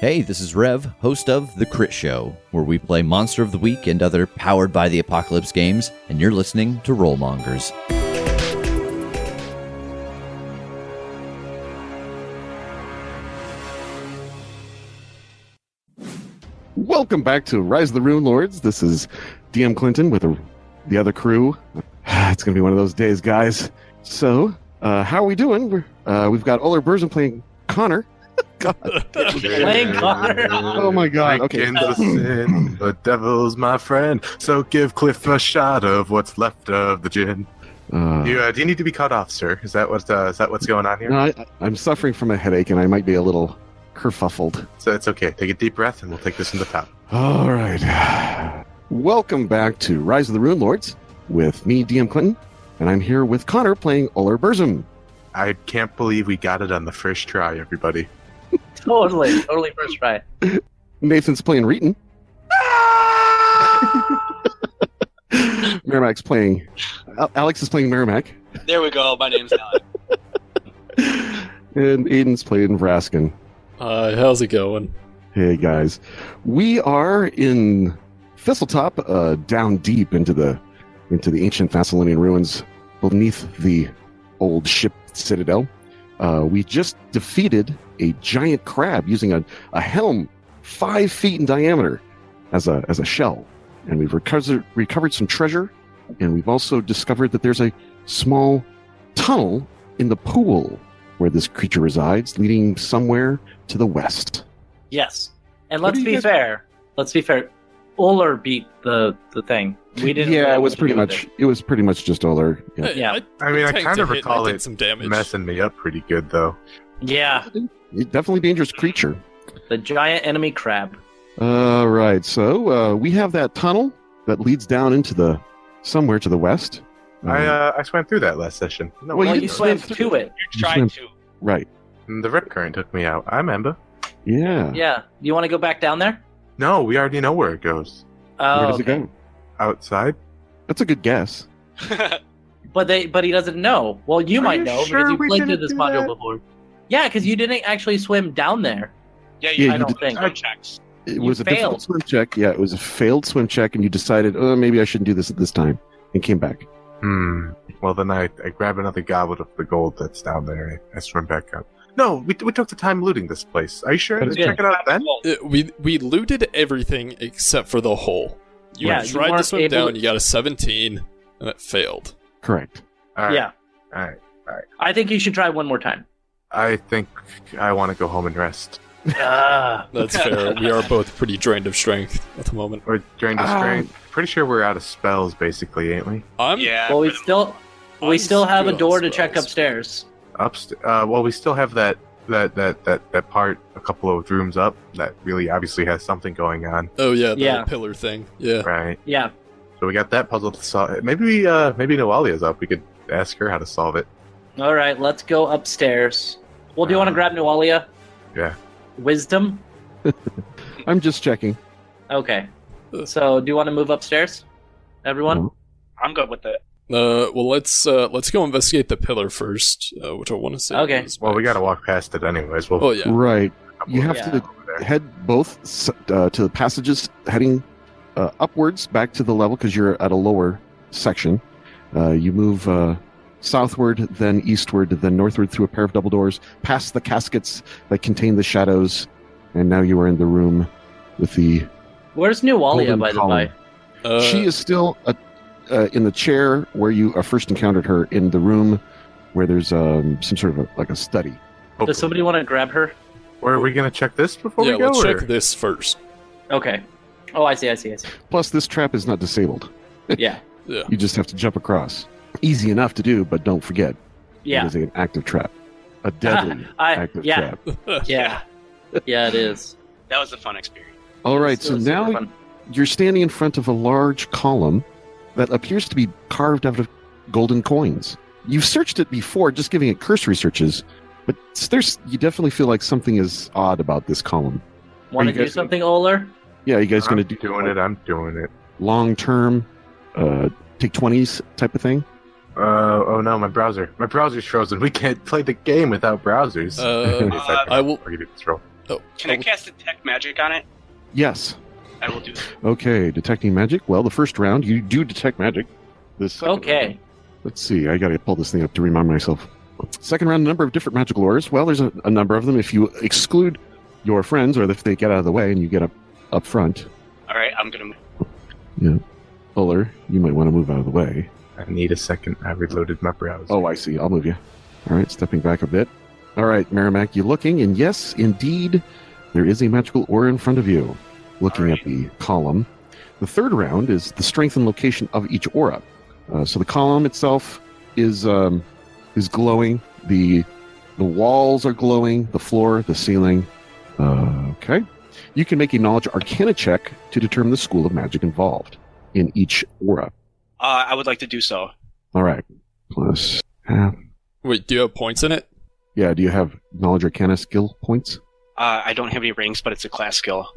Hey, this is Rev, host of The Crit Show, where we play Monster of the Week and other powered by the apocalypse games, and you're listening to Rollmongers. Welcome back to Rise of the Rune Lords. This is DM Clinton with the other crew. It's going to be one of those days, guys. So, uh, how are we doing? We're, uh, we've got Oler Burson playing Connor. Playing Connor. Oh my God! Okay, Vikings are sin. The devil's my friend. So give Cliff a shot of what's left of the gin. uh, You, uh, do you need to be cut off, sir? Is that what uh, is that what's going on here? no, I, I'm suffering from a headache, and I might be a little kerfuffled. So it's okay. Take a deep breath, and we'll take this in the top. All right. Welcome back to Rise of the Rune Lords with me, DM Clinton, and I'm here with Connor playing Oler Burzum. I can't believe we got it on the first try, everybody. Totally, totally first try. Nathan's playing Reeton. Ah! Merrimack's playing. Al- Alex is playing Merrimack, There we go. My name's Alan. and Aiden's playing Vraskin. Uh, how's it going? Hey guys, we are in Thistletop, uh, down deep into the into the ancient Thessalonian ruins beneath the old ship citadel. Uh, we just defeated a giant crab using a, a helm five feet in diameter as a as a shell, and we've recovered recovered some treasure, and we've also discovered that there's a small tunnel in the pool where this creature resides, leading somewhere to the west. Yes. And What let's do you be guys- fair. Let's be fair. Uller beat the the thing. We didn't. Yeah, it was pretty really do with much. It. was pretty much just Oler. Yeah. Yeah. I mean, I tanked kind of a hit and recall did it Some damage. Messing me up pretty good, though. it. Yeah, Definitely dangerous creature. the giant enemy crab. All right, so uh, we have that tunnel that leads down into the somewhere to the west. I Um, uh, I swam through that last session. No, Well, Well, you you swam swam to it. You You swim. tried to. right. the red current took me out. I remember. Yeah. Yeah. You want to go back down there? No, we already know where it goes. Oh, Where does okay. it go? Outside. That's a good guess. but they but he doesn't know. Well, you Are might you know sure because you we played through didn't this do module that? before. Yeah, because you didn't actually swim down there. yeah, you, Yeah, I you don't did- think. I- checks. It You was a difficult failed. swim check. Yeah, it was a failed swim check, and you decided, oh, maybe I shouldn't do this at this time, and came back. Hmm. Well, then I, I grab another goblet of the gold that's down there and I swim back up. No, we, we took the time looting this place. Are you sure? But Let's it's- check it out then. Uh, we we looted everything except for the hole. You Yeah, you tried to weren't swim able- down. You got a 17, and it failed. Correct. All right. Yeah. All right. I think you should try one more time. I think I want to go home and rest. Ah. That's fair. we are both pretty drained of strength at the moment. Or drain the Ah. strength. Pretty sure we're out of spells, basically, ain't we? I'm Yeah. well, we for the- still we I'm still have a still door to spells. check upstairs. Upst- uh, well, we still have that, that, that, that, that part a couple of rooms up that really obviously has something going on, Oh yeah, the Yeah. pillar thing. Yeah. right? Yeah. So we got that puzzle to solve. Maybe we, uh, maybe Noalia's up. We could ask her how to solve it. All right, let's go upstairs. Well, do you Uh, want to grab Nualia? Yeah. Wisdom? I'm just checking. Okay. So, do you want to move upstairs? Everyone? I'm good with it. Uh, well, let's uh, let's go investigate the pillar first, uh, which I want to say. Okay. is Well, we back. gotta walk past it anyways. We'll Oh yeah. Right. You have Yeah. to head both s- uh, to the passages heading uh, upwards back to the level because you're at a lower section. Uh, you move uh, southward, then eastward, then northward through a pair of double doors, past the caskets that contain the shadows, and now you are in the room with the. Where's Nualia, Golden by the column. way? Uh, she is still uh uh, in the chair where you uh, first encountered her in the room where there's um, some sort of a, like a study. Open. Does somebody want to grab her? Or are we gonna check this before yeah. we go? or- Let's check this first. Okay. Oh, I see, I see, I see. Plus, this trap is not disabled. Yeah. Yeah. You just have to jump across. Easy enough to do, but don't forget. It Yeah. is an active trap. A deadly I, active yeah. trap. Yeah. Yeah, it is. That was a fun experience. All right, so It's super now fun. you're standing in front of a large column that appears to be carved out of golden coins. You've searched it before, just giving it cursory searches, but s- there's you definitely feel like something is odd about this column. Want you to do guys- something, Oler? Yeah, you guys I'm going to do doing it. I'm doing it. long term, uh, take twenties type of thing? Uh, oh no, my browser. My browser's frozen. We can't play the game without browsers. Uh, Wait a second. I will- I'll give you this roll. Oh, Can I cast detect magic on it? Yes. I will do that. Okay, detecting magic. Well, the first round you do detect magic. The second round- Okay. Let's see. I got to pull this thing up to remind myself. Second round, number of different magical orders. Well, there's a, a number of them. If you exclude your friends, or if they get out of the way and you get up up front, All right, I'm gonna. move. Fuller, you might want to move out of the way. I need a second. I reloaded my browser. Oh, I see. I'll move you. All right, stepping back a bit. All right, Merrimack, you looking? And yes, indeed, there is a magical aura in front of you. Looking All right. at the column. The third round is the strength and location of each aura. Uh, so the column itself is um, is glowing. The the walls are glowing. The floor, the ceiling. Uh, okay. You can make a knowledge arcana check to determine the school of magic involved in each aura. Uh, I would like to do so. All right. Plus half wait, do you have points in it? Yeah, do you have knowledge arcana skill points? Uh, I don't have any rings, but it's a class skill.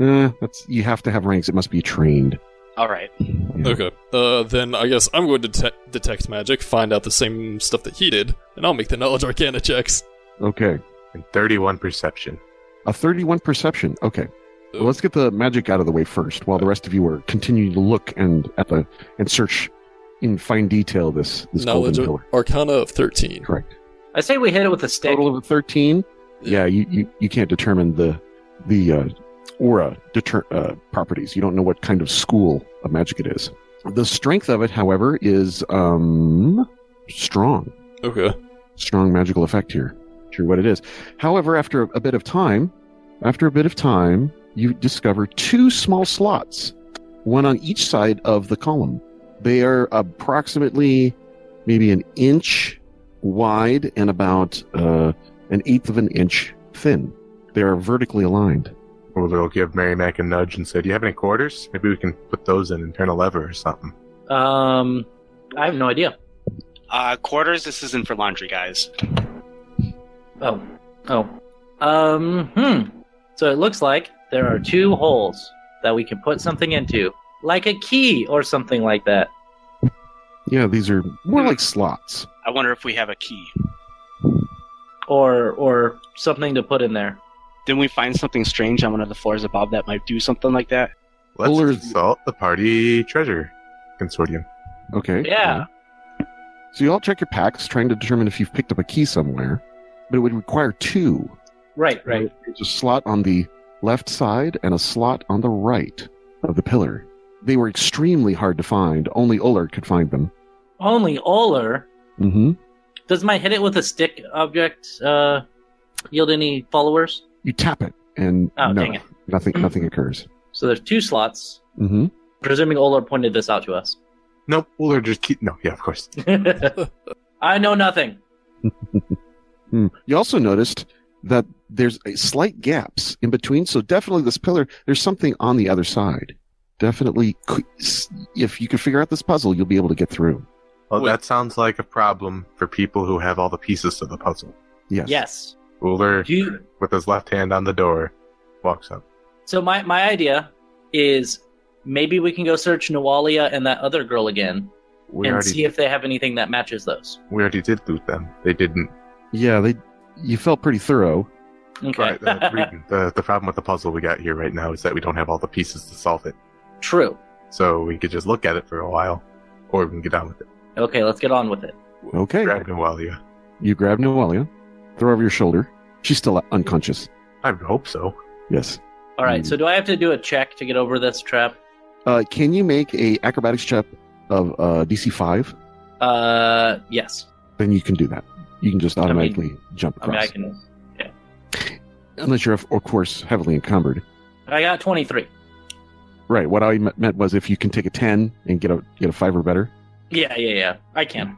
Eh, that's you have to have ranks. It must be trained. All right. Yeah. Okay. Uh, then I guess I'm going to detect detect magic, find out the same stuff that he did, and I'll make the knowledge arcana checks. Okay. And 31 perception. A 31 perception. Okay. Well, let's get the magic out of the way first while the rest of you are continuing to look and at the and search in fine detail this this knowledge golden ar- pillar. arcana of 13. Correct. I say we hit it with a stick. Total of 13. Yeah, you, you, you can't determine the the uh, aura deter- uh, properties. You don't know what kind of school of magic it is. The strength of it, however, is um strong. Okay. strong magical effect here. True what it is. However, after a bit of time, after a bit of time, you discover two small slots, one on each side of the column. They are approximately maybe an inch wide and about uh, an eighth of an inch thin. They are vertically aligned. Well, they'll Oh, give Merrimack a nudge and say, Do you have any quarters? Maybe we can put those in and turn a lever or something. Um, I have no idea. Uh, quarters. This isn't for laundry, guys. Oh, oh. Um, hmm. So it looks like there are two holes that we can put something into, like a key or something like that. Yeah, these are more like slots. I wonder if we have a key. or or something to put in there. Didn't we find something strange on one of the floors above that might do something like that? Let's Fuller's- consult the party treasure consortium. Okay. Yeah. So you all check your packs, trying to determine if you've picked up a key somewhere, but it would require two. Right, right. There's a slot on the left side and a slot on the right of the pillar. They were extremely hard to find. Only Uller could find them. Only Oler. Mm-hmm. Does my hit it with a stick object uh, yield any followers? You tap it, and Oh, no, dang it. Mm-hmm. nothing, nothing occurs. So there's two slots. Mm-hmm. Presuming Oler pointed this out to us. Nope, Fuller just keep. No, yeah, of course. I know nothing. Mm. You also noticed that there's a slight gaps in between. So definitely, this pillar, there's something on the other side. Definitely, could- s- if you can figure out this puzzle, you'll be able to get through. Well, Wait. that sounds like a problem for people who have all the pieces of the puzzle. Yes. Yes. Fuller, Do you- with his left hand on the door, walks up. so my my idea is maybe we can go search Nawalia and that other girl again We and already see if they have anything that matches those. we already did loot them. They didn't. Yeah. They. You felt pretty thorough. Okay. Right, uh, Regan, the the problem with the puzzle we got here right now is that we don't have all the pieces to solve it. True. So we could just look at it for a while, or we can get on with it. Okay, let's get on with it. Okay. Grab him while you. You grab Noelia, throw her over your shoulder. She's still unconscious. I would hope so. Yes. All right. Mm. Hmm. So do I have to do a check to get over this trap? Uh, can you make a acrobatics check of uh, DC five? Uh, yes. Then you can do that. You can just mean- automatically jump I across, mean, I can. unless you're of, of course heavily encumbered. I got twenty three. Right. What I me- meant was if you can take a ten and get a get a five or better. Yeah, yeah, yeah. I can.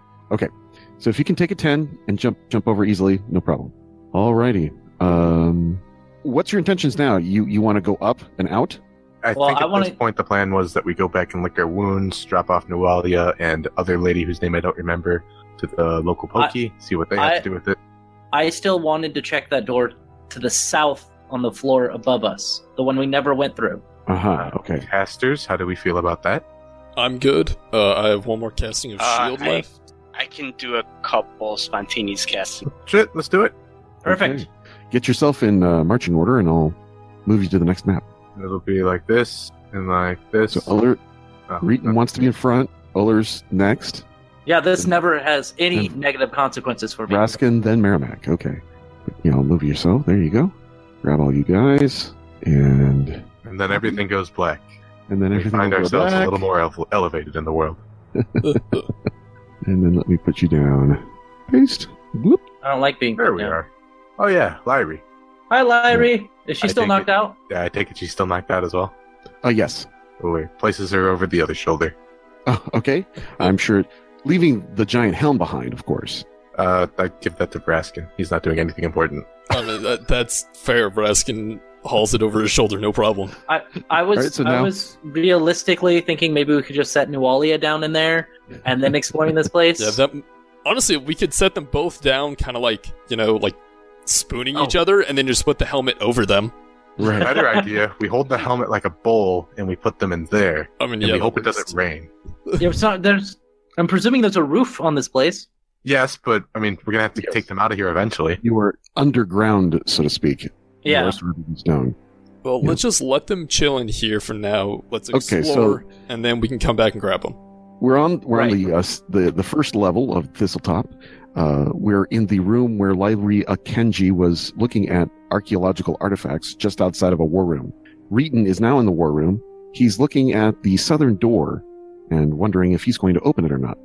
So if you can take a ten and jump jump over easily, no problem. Alrighty. Um, what's your intentions now? You you want to go up and out? I Well, think I at wanna- this point the plan was that we go back and lick our wounds, drop off Nualia and other lady whose name I don't remember to the local I- pokey, see what they have I- to do with it. I still wanted to check that door to the south on the floor above us, the one we never went through. Uh huh. Okay. Casters, how do we feel about that? I'm good. Uh, I have one more casting of Uh, shield I- left. I can do a couple spontaneous casts. Shit, let's do it. Perfect. Okay. Get yourself in uh, marching order, and I'll move you to the next map. It'll be like this and like this. So Uller, Oh, Reeton okay. wants to be in front. Uller's next. Yeah, this Hmm. never has any Mm. negative consequences for me. Raskin, then Merrimack. Okay. Yeah, I'll move yourself. There you go. Grab all you guys, and And then everything goes black. and then We everything find will go ourselves back. a little more ele- elevated in the world. And then let me put you down. Paste. Whoop. I don't like being There put we down. are. Oh yeah, Lyrie. Hi, Lyrie. Is she I still think knocked it- out? Yeah, I take it she's still knocked out as well. Oh yes. Oh, wait. Places her over the other shoulder. Oh, okay. I'm sure. Leaving the giant helm behind, of course. Uh, I give that to Braskin. He's not doing anything important. I mean, that, that's fair. Braskin hauls it over his shoulder, no problem. I was Alright, so I now- was realistically thinking maybe we could just set Nualia down in there and then exploring this place. Yeah, that, honestly, we could set them both down, kind of like you know, like spooning Oh. each other, and then just put the helmet over them. Right. Better idea. We hold the helmet like a bowl and we put them in there, I mean, and yeah, we hope it that's- doesn't rain. Yeah, it's not- there's I'm presuming there's a roof on this place. Yes, but I mean, we're gonna have to Yes. take them out of here eventually. You were underground, so to speak. Yeah. Morris Rubin Stone. Well, Yeah. let's just let them chill in here for now. Let's Okay, so- explore, and then we can come back and grab them. We're on we're on the, uh, s- the the first level of Thistletop. Uh, we're in the room where Lyri Akenji was looking at archaeological artifacts just outside of a war room. Reeton is now in the war room. He's looking at the southern door and wondering if he's going to open it or not.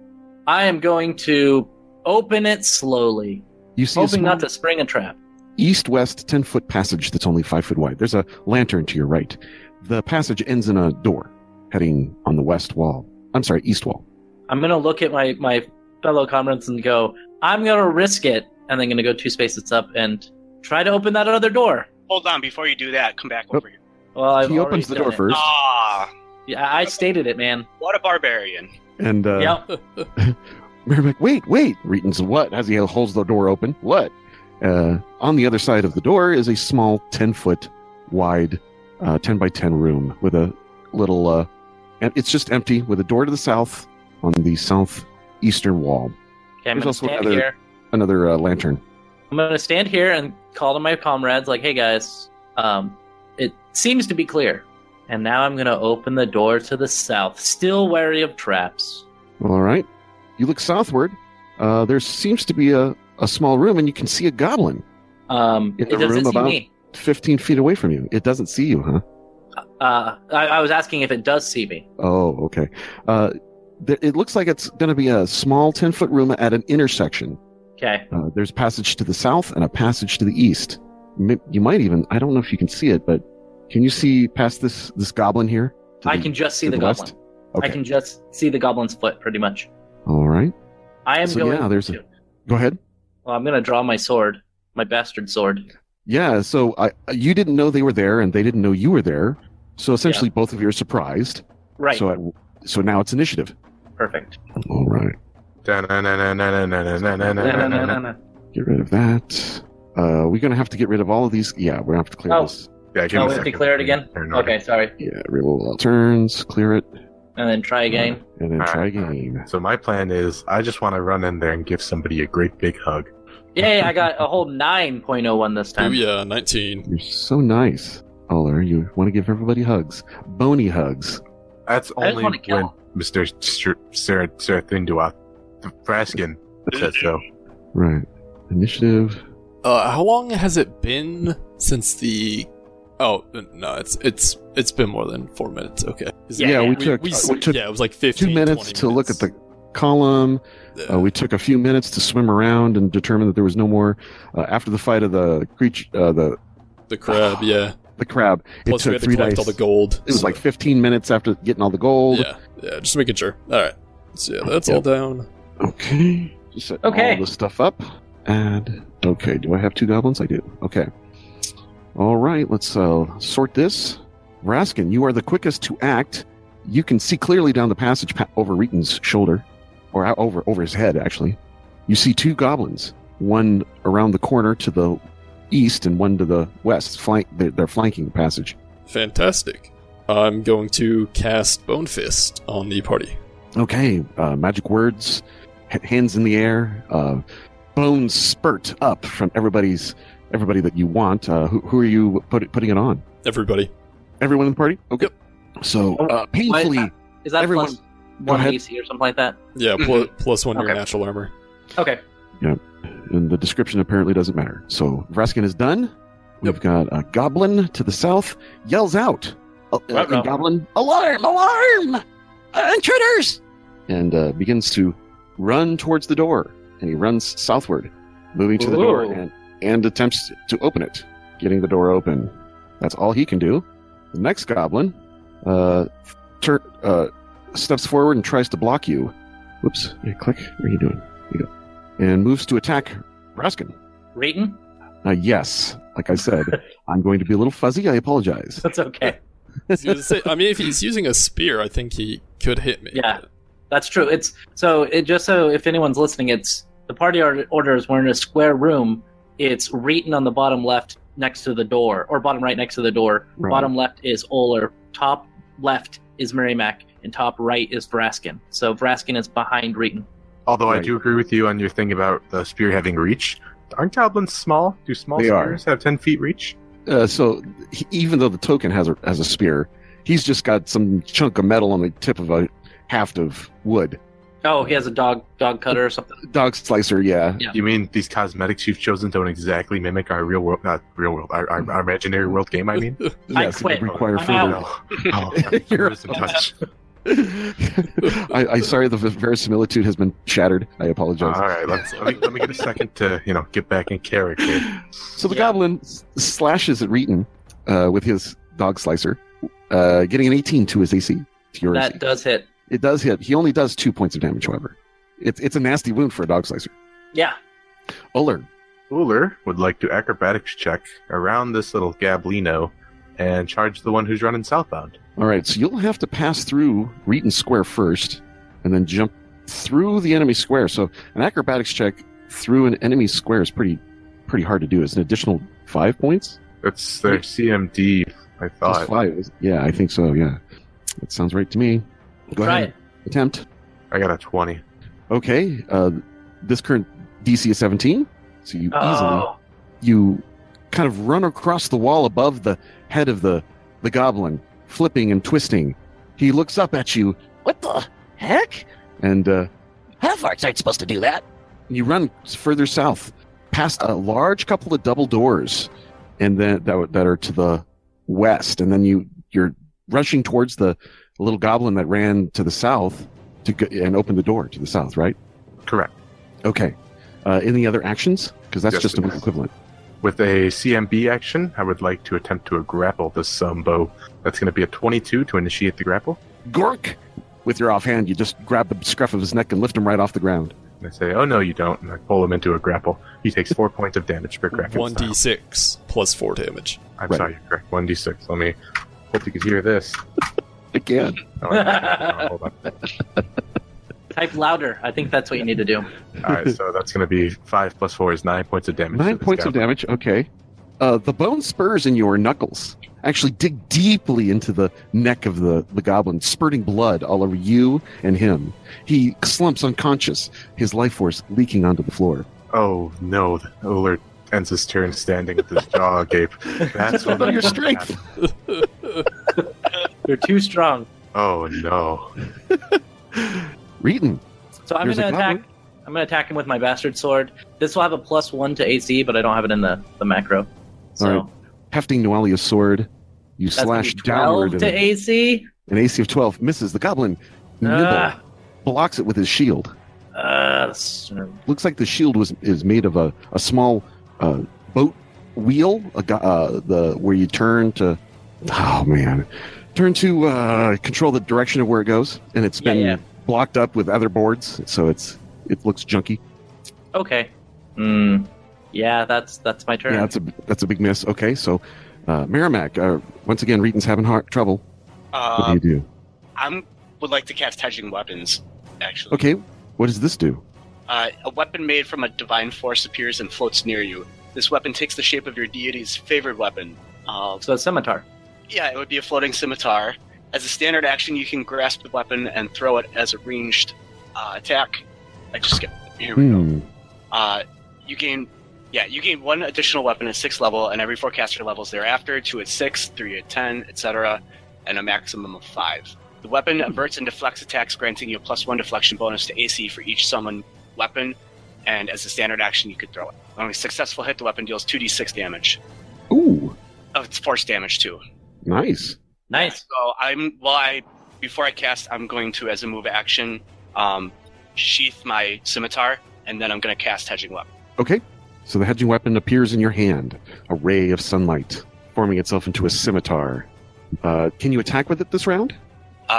I am going to open it slowly, You see a hoping small not to spring a trap. east-west 10-foot passage that's only 5 foot wide. There's a lantern to your right. The passage ends in a door heading on the west wall. I'm sorry, east wall. I'm gonna look at my my fellow comrades and go, I'm gonna risk it, and then gonna go two spaces up and try to open that other door. Hold on, before you do that, come back Oh. over here. Well, I've he already opens the done door it. first Ah, Yeah, I I stated it, man. what a barbarian. and uh, yep. Merrimack, wait, wait. Reeton's what? As he holds the door open, what? Uh, on the other side of the door is a small 10 foot wide, uh, 10 by 10 room with a little, uh, and it's just empty with a door to the south on the southeastern wall. Okay, There's I'm gonna also stand another- here. Another uh, lantern. I'm gonna stand here and call to my comrades, like, "Hey guys, um, it seems to be clear." And now I'm gonna open the door to the south, still wary of traps. All right. You look southward. Uh, there seems to be a, a small room, and you can see a goblin Um, In it the doesn't room see above? me. 15 feet away from you. It doesn't see you, huh? Uh, I, I was asking if it does see me. Oh, okay. Uh, th- it looks like it's going to be a small 10 foot room at an intersection. Okay. Uh, there's passage to the south and a passage to the east. M- You might even, I don't know if you can see it, but can you see past this, this goblin here? To I the- can just see to the, west? goblin. Okay. I can just see the goblin's foot, pretty much. All right. I am So, going. yeah, there's a- to, Go ahead. well, I'm going to draw my sword, my bastard sword. Yeah. So I, you didn't know they were there and they didn't know you were there. So essentially both of you are surprised. Right. So, I, so now it's initiative. Perfect. All right. Oh, Da-na-na-na-na-na-na-na-na-na-na. Get rid of that. Uh, we're gonna have to get rid of all of these. Yeah, we're gonna have to clear Oh. this. Yeah, give Oh, him a we have to second. clear it again? Turn on. Okay, sorry. Yeah, reroll all turns, clear it, And then try again. and then All try right. again. So my plan is, I just want to run in there and give somebody a great big hug. Mm-hmm. Yay, I got a whole 9.01 this Oh time. yeah, nineteen. You're so nice, Aller. You want to give everybody hugs, bony hugs. That's I just only wanna kill when him. Mister Sir Sir Thindua Braskin says so. Right. Initiative. Uh, how long has it been since the? Oh no, it's it's it's been more than four minutes. Okay. Is it- Yeah, yeah, we, we- took we, uh, s- we took yeah, it was like 15, two minutes 20 to look at the minutes. column. Uh, Uh, we took a few minutes to swim around and determine that there was no more. Uh, after the fight of the creature, uh, the the crab, yeah. the crab, Plus it took we had to three collect dice. all the gold. It was so- like 15 minutes after getting all the gold. yeah, yeah. Just making sure. All right. So yeah, that's all Yep. down. Okay. Just set Okay. all this stuff up. And okay, do I have two goblins? I do. Okay. All right, let's uh, sort this. Raskin, you are the quickest to act. You can see clearly down the passage pa- over Reeton's shoulder, or out over over his head actually. You see two goblins, one around the corner to the east and one to the west. Flank, they're, they're flanking the passage. Fantastic. I'm going to cast Bone Fist on the party. Okay, uh, magic words, h- hands in the air, uh, bones spurt up from everybody's everybody that you want. Uh, who, who are you put, putting it on? Everybody. Everyone in the party? Okay. So Oh, uh, painfully, why- Is that Everyone- plus go one ahead. AC or something like that? Yeah, pl- plus one to your Mm-hmm. Okay. natural armor. Okay. and the description apparently doesn't matter. So Vraskin is done. We've got a goblin to the south yells out, uh, uh, Wow. and "Goblin, alarm! Alarm! Uh, intruders!" and uh, begins to run towards the door. And he runs southward, moving to the door Ooh. and, and attempts to open it, getting the door open. That's all he can do. The next goblin uh, tur- uh, steps forward and tries to block you. Whoops! Yeah, click. What are you doing? There you go. And moves to attack Raskin. Reading? Uh, yes, like I said, I'm going to be a little fuzzy. I apologize. That's okay. I was gonna say- I mean, if he's using a spear, I think he could hit me. Yeah. That's true. It's so it just so if anyone's listening, it's the party or- orders. We're in a square room. It's Reeton on the bottom left next to the door, or bottom right next to the door. Right. Bottom left is Oler. Top left is Merrimack, and top right is Vraskin. So Vraskin is behind Reeton. Although I Right. do agree with you on your thing about the spear having reach. Aren't goblins small? Do small They are. spears have ten feet reach? Uh, so, he, even though the token has a has a spear, he's just got some chunk of metal on the tip of a haft of wood. Oh, he has a dog dog cutter or something. Dog slicer, yeah. Yeah. You mean these cosmetics you've chosen don't exactly mimic our real world, not real world, our, our, our imaginary world game? I mean, I yes, it quit. would require I'm further. Oh, oh, You're- I'm losing touch. I, I sorry, the verisimilitude has been shattered. I All apologize. right, let's, let, me, let me get a second to you know get back in character. so the Uh-huh. Yeah. goblin s- slashes at Reeton uh, with his dog slicer, uh, getting an 18 to his AC. To your AC. That does hit. It does hit. He only does two points of damage, however. It's it's a nasty wound for a dog slicer. Yeah. Oler. Uller would like to acrobatics check around this little gablino and charge the one who's running southbound. All right, so you'll have to pass through Reeton Square first, and then jump through the enemy square. So an acrobatics check through an enemy square is pretty pretty hard to do. It's an additional five points. It's their CMD, I Plus thought. five. is- Yeah, I think so. Yeah, that sounds right to me. Go Try ahead. Attempt. I got a twenty. Okay. Uh, this current DC is 17, so you easily Oh. you kind of run across the wall above the head of the the goblin, flipping and twisting. He looks up at you. What the heck? And uh, half-arts aren't supposed to do that. You run further south, past a large couple of double doors, and then that that are to the west. And then you you're rushing towards the little goblin that ran to the south to go, and open the door to the south, right? Correct. Okay. Uh, any other actions? Because that's Yes, just an yes. equivalent. With a CMB action, I would like to attempt to grapple this Sumbo. That's going to be a 22 to initiate the grapple. Gork! With your offhand, you just grab the scruff of his neck and lift him right off the ground. And I say, oh no, you don't. And I pull him into a grapple. He takes four points of damage per Kraken. One style. d six plus four damage. I'm Right. sorry, you're correct. 1d6. Let me hope you could hear this. Again. Oh, I- hold on. Type louder. I think that's what you need to do. All right, so that's going to be 5 plus 4 is 9 points of damage. Nine points of damage. Okay. Uh, the bone spurs in your knuckles actually dig deeply into the neck of the, the goblin, spurting blood all over you and him. He slumps unconscious, his life force leaking onto the floor. damage. Oh no, Uller ends his turn standing with his jaw agape. That's what your strength. You're too strong. Oh no. Reeton. So I'm Here's gonna a attack. goblin. I'm gonna attack him with my bastard sword. This will have a plus one to AC, but I don't have it in the, the macro. So All hefting Noelia's sword, you that's gonna be slash downward. twelve and to AC. an AC of 12 misses. The goblin nibble, Ah. blocks it with his shield. Uh, s- looks like the shield was is made of a, a small uh, boat wheel a, gu- uh, the where you turn to oh man turn to uh, control the direction of where it goes and it's Yeah, been yeah. blocked up with other boards so it's it looks junky okay. Hmm. yeah, that's that's my turn. yeah that's a that's a big miss okay so uh, Merrimack uh, once again Reeton's having hard trouble what Um, do you do I would like to cast Hedging Weapons, actually. okay what does this do Uh, a weapon made from a divine force appears and floats near you. This weapon takes the shape of your deity's favorite weapon. Uh, so a scimitar. yeah, it would be a floating scimitar. As a standard action, you can grasp the weapon and throw it as a ranged uh, attack. I just skipped. Here we go. Hmm. Uh, you gain Yeah, you gain one additional weapon at sixth level, and every forecaster levels thereafter, two at six, three at ten, etc., and a maximum of five. The weapon averts and deflects attacks, granting you a plus one deflection bonus to AC for each summoned weapon, and as a standard action, you could throw it. On a successful hit, the weapon deals 2d6 damage. Hmm. Ooh, Oh, it's force damage too. nice. Nice. So I'm well. I before I cast, I'm going to, as a move action, um, sheath my scimitar, and then I'm going to cast hedging weapon. Okay, so the hedging weapon appears in your hand, a ray of sunlight forming itself into a scimitar. Uh, can you attack with it this round?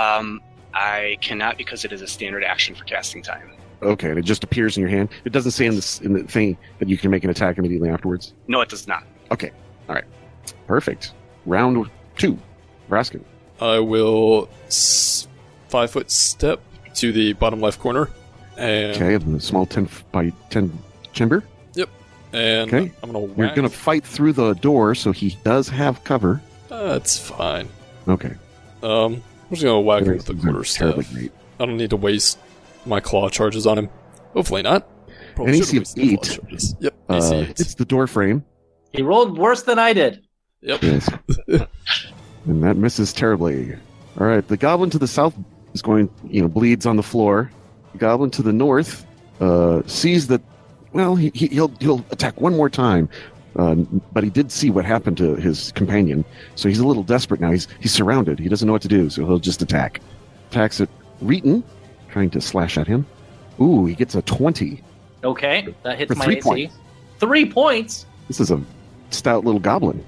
Um, I cannot because it is a standard action for casting time. Okay, and it just appears in your hand. It doesn't say in, this, in the thing that you can make an attack immediately afterwards. No, it does not. Perfect. Round two, Raskin. I will s- five foot step to the bottom left corner, and Okay, the small 10 f- by 10 chamber. and Okay. I'm gonna. Whack. You're going to fight through the door, so he does have cover. That's fine. Okay. Um, I'm just gonna whack him with the They're quarter staff. terribly great. I don't need to waste my claw charges on him. Hopefully not. Probably An should've AC of wasted the claw eight. charges. Yep. AC Uh, eight. it's the door frame. He rolled worse than I did. Yep. Yes. and that misses terribly. All right, the goblin to the south is going, you know, bleeds on the floor. The goblin to the north uh, sees that. Well, he, he, he'll he'll attack one more time, uh, but he did see what happened to his companion, so he's a little desperate now. He's he's surrounded. He doesn't know what to do, so he'll just attack. Attacks at Reeton, trying to slash at him. Ooh, he gets a twenty. Okay, that hits For my three AC. points. Three points. This is a stout little goblin.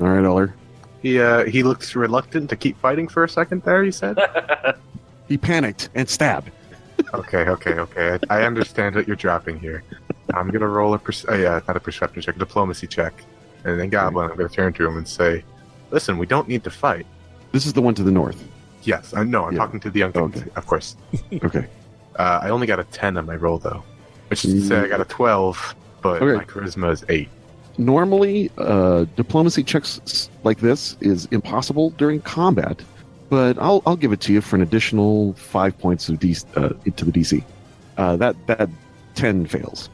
All right, Eller. He uh, he looks reluctant to keep fighting for a second there. You said. He panicked and stabbed. okay, okay, okay. I, I understand what you're dropping here. I'm gonna roll a perce- uh, yeah, not a perception check, a diplomacy check, and then Goblin. I'm gonna turn to him and say, "Listen, we don't need to fight." This is the one to the north. Yes, I know. I'm Yeah. Oh, talking to the young thing, Okay. of course. Okay. Uh, I only got a ten on my roll though, which is to say I got a twelve, but Okay. my charisma is eight. Normally, uh, diplomacy checks s- like this is impossible during combat, but I'll, I'll give it to you for an additional five points of D, uh, to the DC. Uh, that that ten fails.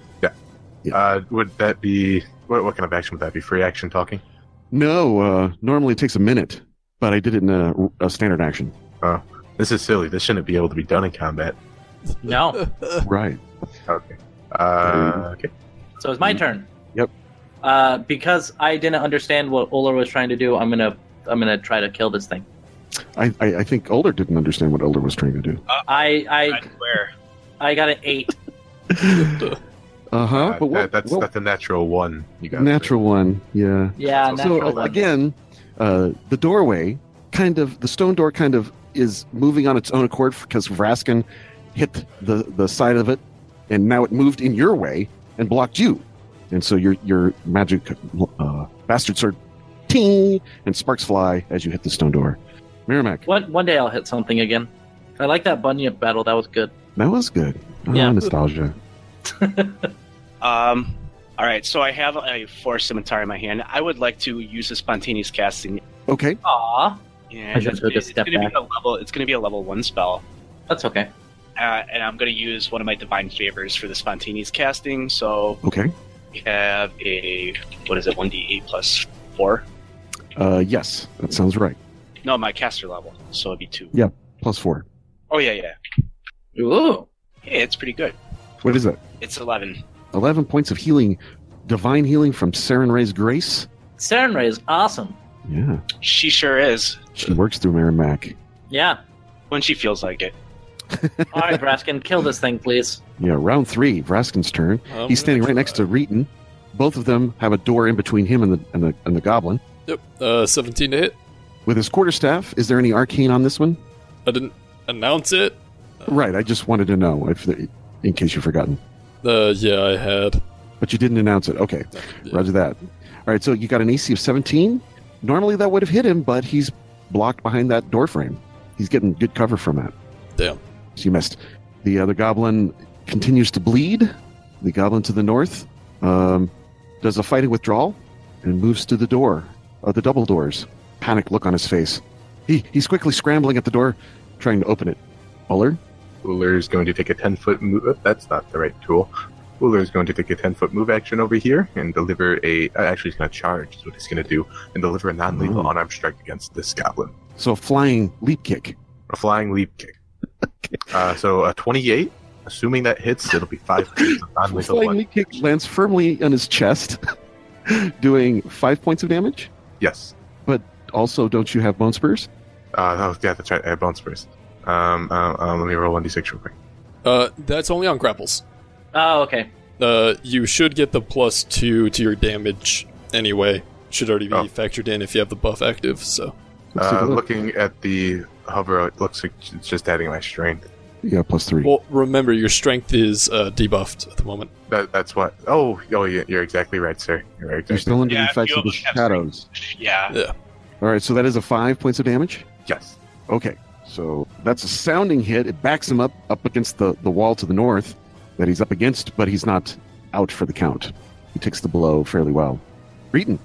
Yeah. Uh, would that be what, what kind of action would that be? Free action talking? No, uh, normally it takes a minute, but I did it in a, a standard action. This is silly. This shouldn't be able to be done in combat. No. Right. Okay. Uh, okay. So it's my turn. Mm-hmm. Yep. Uh, because I didn't understand what Oler was trying to do, I'm gonna I'm gonna try to kill this thing. I, I, I think Older didn't understand what Older was trying to do. I I I swear. I got an eight. Uh huh. Uh, but what, that- that's what- that's a natural one. You got natural one? Yeah. Yeah. So- natural so one. again, uh, the doorway kind of the stone door kind of is moving on its own accord because Vraskin hit the the side of it, and now it moved in your way and blocked you, and so your your magic uh, bastard sword ting and sparks fly as you hit the stone door. Merrimack, One one day I'll hit something again. I like that bunyip battle. That was good. that was good. Ah, Yeah. nostalgia. Um, all right, so I have a force scimitar in my hand. I would like to use a spontaneous casting. Okay, Aw, And I just took a it's step gonna be back. a level. It's going to be a level one spell. that's okay. uh, and I'm going to use one of my divine favors for the spontaneous casting. So okay. we have a what is it, one d eight plus four? Uh, yes, that sounds right. No, my caster level, so it'd be two. Plus four. Oh yeah, yeah, Ooh. yeah. It's pretty good. What is that? It's eleven. Eleven points of healing, divine healing from Saren Ray's grace. Serenray is awesome. Yeah. She sure is She works through Merrimack. Yeah. when she feels like it. All right, Braskin, kill this thing, please. Yeah, round three, Vraskin's turn. I'm He's standing right gonna next to Reeton. Both of them have a door in between him and the and the, and the goblin. try. Yep. Uh, 17 to hit. With his quarterstaff, is there any arcane on this one? I didn't announce it. Right, I just wanted to know if the, in case you've forgotten, Uh, yeah, I had. but you didn't announce it. Okay, Yeah. roger that. All right, so you got an AC of 17. Normally that would have hit him, but he's blocked behind that door frame. He's getting good cover from that. Damn. So you missed. The other goblin continues to bleed. The goblin to the north um, does a fighting withdrawal and moves to the door, uh, the double doors. Panic look on his face. He, he's quickly scrambling at the door, trying to open it. Uller? Uller is going to take a ten foot move. That's not the right tool. Wooler is going to take a 10 foot move action over here and deliver a. Uh, actually, he's going to charge, is what he's going to do, and deliver a non lethal Ooh. unarmed strike against this goblin. So a flying leap kick. A flying leap kick. uh, so a 28, assuming that hits, it'll be 5 points of non A lethal flying one. leap kick lands firmly on his chest, doing five points of damage. Yes. Also, don't you have bone spurs? Uh, oh, yeah, that's right. I have bones first. Um, uh, um, let me roll 1d6 real quick. Uh, that's only on grapples. Oh, okay. Uh, you should get the plus two to your damage anyway. Should already be Oh. factored in if you have the buff active. So Let's take a Uh, look. looking at the hover, it looks like it's just adding my strength. You got plus three. well, remember your strength is uh, debuffed at the moment. That, that's what. Oh, oh, you- you're exactly right, sir. You're You're exactly still under Yeah, the effects you of the have shadows. Yeah. All right, so that is a five points of damage. Yes. Okay, so that's a sounding hit. It backs him up up against the, the wall to the north that he's up against, but he's not out for the count. He takes the blow fairly well. Reeton,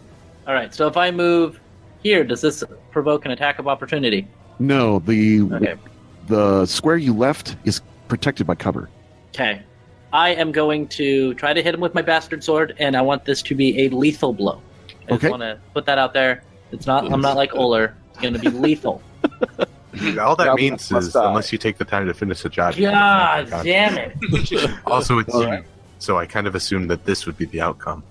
All right. So if I move here, does this provoke an attack of opportunity? no, the Okay. the square you left is protected by cover. Okay. I am going to try to hit him with my bastard sword, and I want this to be a lethal blow. I Okay. just want to put that out there. It's not. I'm not like Oler. It's going to be lethal. All that Yeah, means must is die. unless you take the time to finish the job. you can't God attack damn it! on. Also, it's Alright. you, so I kind of assumed that this would be the outcome.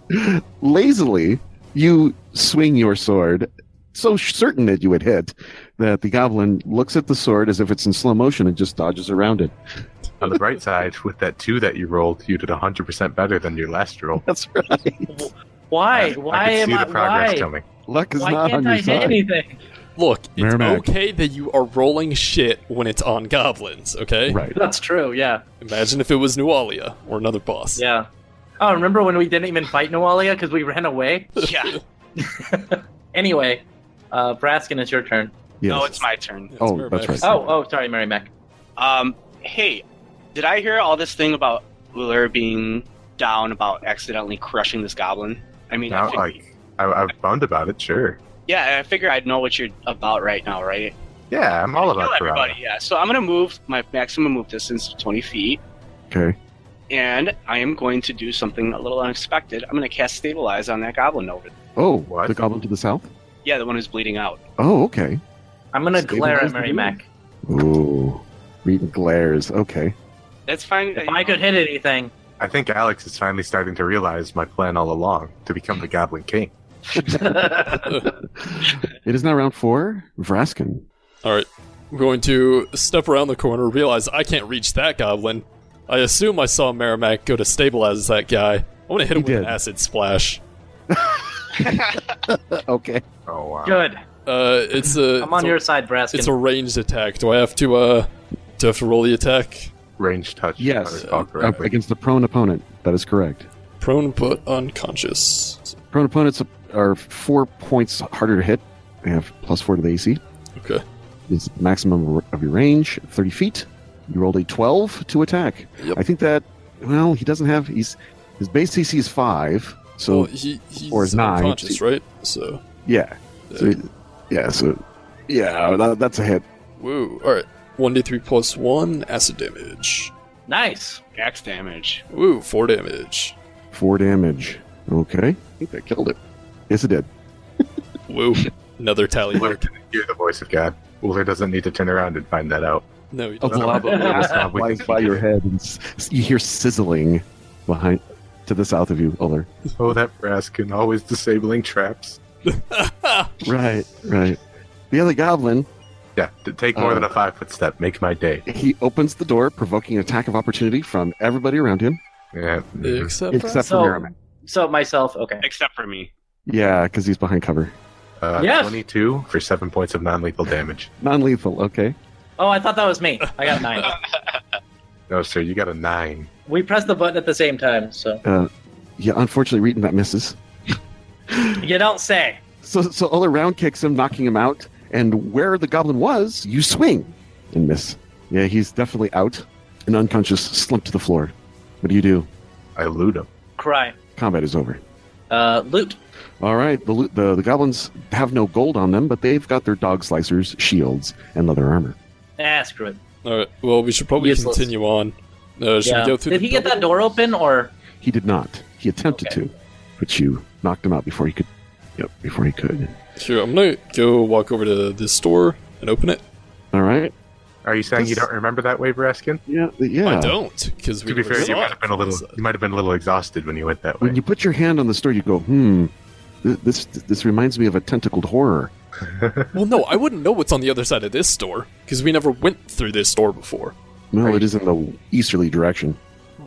Lazily, you swing your sword, so certain that you would hit that the goblin looks at the sword as if it's in slow motion and just dodges around it. On the bright side, with that two that you rolled, you did 100% better than your last roll. That's right. Why? I, Why I could am see I? the progress why? coming. Luck is why not can't on your I hit side. anything? Look, it's Merrimack. okay that you are rolling shit when it's on goblins. Okay. Right. That's true. Yeah. Imagine if it was Nualia or another boss. Yeah. Oh, remember when we didn't even fight Noalia because we ran away? Yeah. Anyway, uh, Braskin, it's your turn. Yes. No, it's my turn. It's Oh, that's Merrimack's right. Oh, turn. oh, sorry, Mary Mac. Um, hey, did I hear all this thing about Uller being down about accidentally crushing this goblin? I mean, I Now, fig- like, I, I'm bummed about it, sure. yeah, I figure I'd know what you're about right now, right? Yeah, I'm all Kill about everybody, Piranha. yeah. So I'm gonna move my maximum move distance to 20 feet, Okay. and I am going to do something a little unexpected. I'm gonna cast Stabilize on that goblin over. There. Oh, What? the goblin to the south? Yeah, the one who's bleeding out. Oh, okay. I'm gonna glare at Stabilize the Mary room. Mac. Ooh. Reading glares. Okay. That's fine. If I could hit anything, I think Alex is finally starting to realize my plan all along to become the Goblin King. It is now round four. Vraskin. All right. I'm going to step around the corner, realize I can't reach that goblin. I assume I saw Merrimack go to stabilize that guy. I want to hit him He with an did. acid splash. Okay. Oh, wow. good. Uh, it's a I'm on it's your a, side, Braskin. it's a ranged attack. Do I have to uh do I have to roll the attack? Range touch. Yes. if I recall Uh, correctly. against the prone opponent. That is correct. Prone but unconscious. Prone opponents are four points harder to hit. They have plus four to the AC. Okay. It's the maximum of your range, 30 feet. You rolled a 12 to attack. Yep. I think that, well, he doesn't have, he's, his base CC is five. So, well, he, he's or nine. unconscious, right? So yeah. So, yeah. So, yeah, that, that's a hit. woo. All right. One d three plus one acid damage. nice. Max damage. Woo. Four damage. Four damage. Okay. I think that killed it. Yes, it did. Woo. Another tally Uller mark. can hear the voice of God. Uller doesn't need to turn around and find that out. No, he A doesn't. blob of That's gas not what flies he by did. your head, and s- s- you hear sizzling behind to the south of you, Uller. Oh, that Braskin always disabling traps. Right, right. The other goblin, Yeah, to take more Oh. than a five foot step. Make my day. he opens the door, provoking an attack of opportunity from everybody around him, Yeah. mhm. Except for except So- for Merriman. So myself, okay. Except for me. Yeah, because he's behind cover. Uh, Yes. 22 for seven points of non lethal damage. Non lethal, okay. Oh, I thought that was me. I got nine. No, sir, you got a nine. we pressed the button at the same time, so Uh, Yeah, unfortunately, Reeton, that misses. you don't say. So, so Uller round kicks him, knocking him out, and where the goblin was, you swing and miss. Yeah, he's definitely out and unconscious, slumped to the floor. What do you do? I loot him. Cry. Combat is over. Uh, loot. All right, the, lo- the the goblins have no gold on them, but they've got their dog slicers, shields, and leather armor. Ah, screw it. All right. Well, we should probably Useless. continue on. Uh, should Yeah. we go through? Did the he get double- that door open or? He did not. He attempted to, but you knocked him out before he could. Yep, before he could. Sure, I'm gonna go walk over to this store and open it. All right. Are you saying you This- don't remember that way, Raskin? Yeah. th- Yeah. I don't because we To be were fair, you stopped. might have been a little you might have been a little exhausted when you went that When way. you put your hand on the store, you go, hmm. th- This this reminds me of a tentacled horror. Well, no, I wouldn't know what's on the other side of this store because we never went through this store before. No, Right. it is in the easterly direction.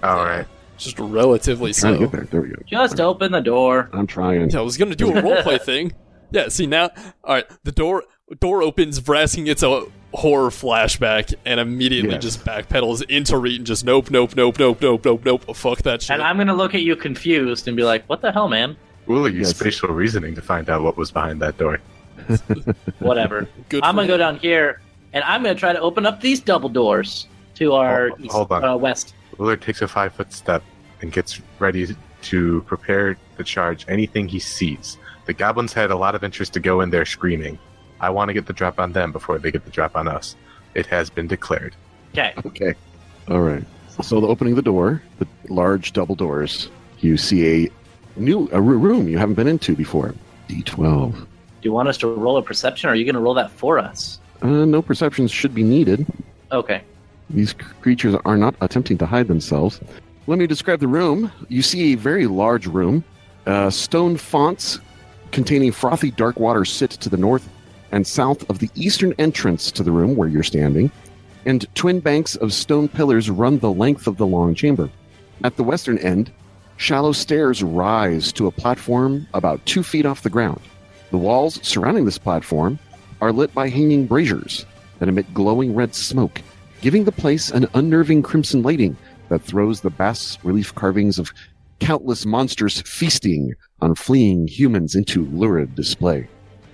All right. Just Oh. relatively Trying to so. get there. There we go. Just open the door. I'm trying. Yeah, I was gonna do a roleplay thing. Yeah, see now, all right. The door door opens. Vrasking gets a horror flashback and immediately Yes. just backpedals into Reet and just nope, nope, nope, nope, nope, nope, nope. Fuck that shit. And I'm gonna look at you confused and be like, "What the hell, man? Wooly used Yes. spatial reasoning to find out what was behind that door. Whatever." Good I'm gonna for you. go down here and I'm gonna try to open up these double doors to our Hold- east, hold on. Uh, west. Willard takes a five foot step and gets ready to prepare to charge anything he sees. The goblins had a lot of interest to go in there screaming. I want to get the drop on them before they get the drop on us. It has been declared. Okay. Okay. All right. So the opening of the door, the large double doors, you see a new a r- room you haven't been into before. D12. Do you want us to roll a perception, or are you gonna roll that for us? Uh, no perceptions should be needed. Okay. These c- creatures are not attempting to hide themselves. Let me describe the room. You see a very large room. Uh, stone fonts containing frothy dark water sit to the north and south of the eastern entrance to the room where you're standing, and twin banks of stone pillars run the length of the long chamber. At the western end, shallow stairs rise to a platform about two feet off the ground. The walls surrounding this platform are lit by hanging braziers that emit glowing red smoke giving the place an unnerving crimson lighting that throws the bas relief carvings of countless monsters feasting on fleeing humans into lurid display.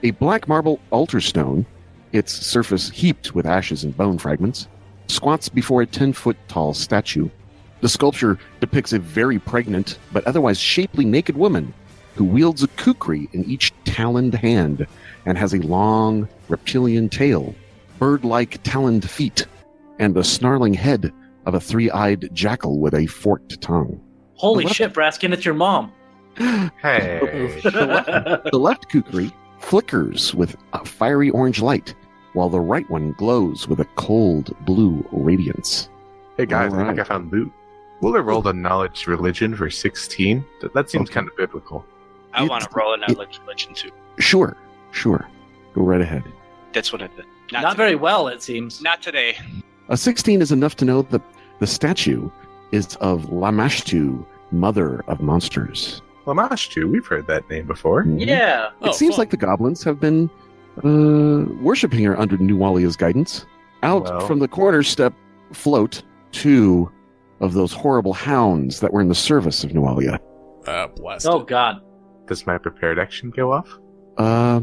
A black marble altar stone, its surface heaped with ashes and bone fragments, squats before a 10 foot tall statue. The sculpture depicts a very pregnant but otherwise shapely naked woman who wields a kukri in each taloned hand and has a long reptilian tail, bird like taloned feet, and the snarling head of a three eyed jackal with a forked tongue. Holy What? shit, Braskin, it's your mom. Hey. That's The left kukri flickers with a fiery orange light, while the right one glows with a cold blue radiance. hey guys, I Alright. think I found loot. Willard rolled a knowledge religion for 16. Th- That seems kind of biblical. I It's- want to roll an it- knowledge religion too. Sure, sure. Go right ahead. That's what I did. Not, Not today. very well, it seems. Not today. A 16 is enough to know that the statue is of Lamashtu, mother of monsters. Lamash, too. We've heard that name before. Yeah. Oh, it seems fuck. like the goblins have been uh, worshipping her under Nuwalia's guidance. Out Well. from the corner step float two of those horrible hounds that were in the service of Nuwalia. ah, blast. Oh it. god. Does my prepared action go off? Uh,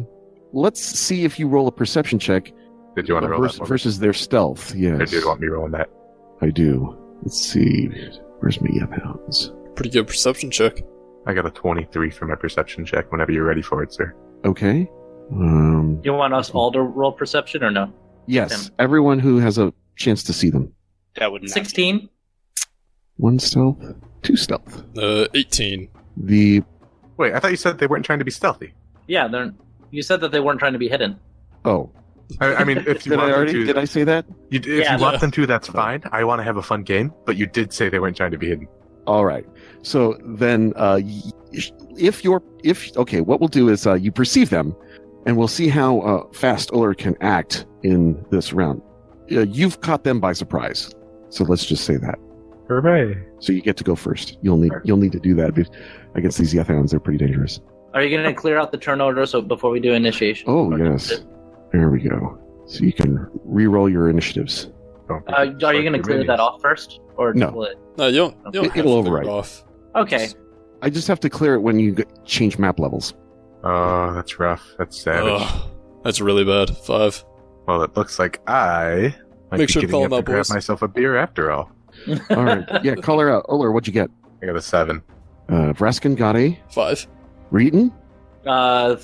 let's see if you roll a perception check Did you want to roll vers- that one? versus their stealth. Yes, Or do you want me rolling that? I do. Let's see. Where's media hounds? Pretty good perception check. I got a 23 for my perception check whenever you're ready for it, sir. Okay. Um, You want us all to roll perception or no? yes, everyone who has a chance to see them. That would not. be- Sixteen? One stealth, two stealth. Uh, 18. The Wait, I thought you said they weren't trying to be stealthy. Yeah, they're you said that they weren't trying to be hidden. oh, I, I mean, if you did want I already them to, did I say that? you, if Yeah. you want them to, that's fine. I want to have a fun game, but you did say they weren't trying to be hidden. All right. So then, uh, y- if you're if okay, what we'll do is uh, you perceive them, and we'll see how uh, fast Uller can act in this round. Uh, you've caught them by surprise, so let's just say that. Hooray! So you get to go first. You'll need you'll need to do that because against these Yethounds, they're pretty dangerous. Are you gonna clear out the turn order so before we do initiation? Uh, Oh yes, there we go. So you can re-roll your initiatives. Don't be Uh, just are you like gonna your clear that minions. off first? Or No. will it No, you don't. You don't It- have it'll to overwrite. overwrite. Off. Okay. I just have to clear it when you g- change map levels. Oh, that's rough. That's savage. Ugh, that's really bad. Five. Well, it looks like I might Make be sure to getting call up them to out, grab boys. myself a beer after all. All right. Yeah, call her out. Uller, what'd you get? I got a seven. Uh, Vraskin got a Five. Reeton. Uh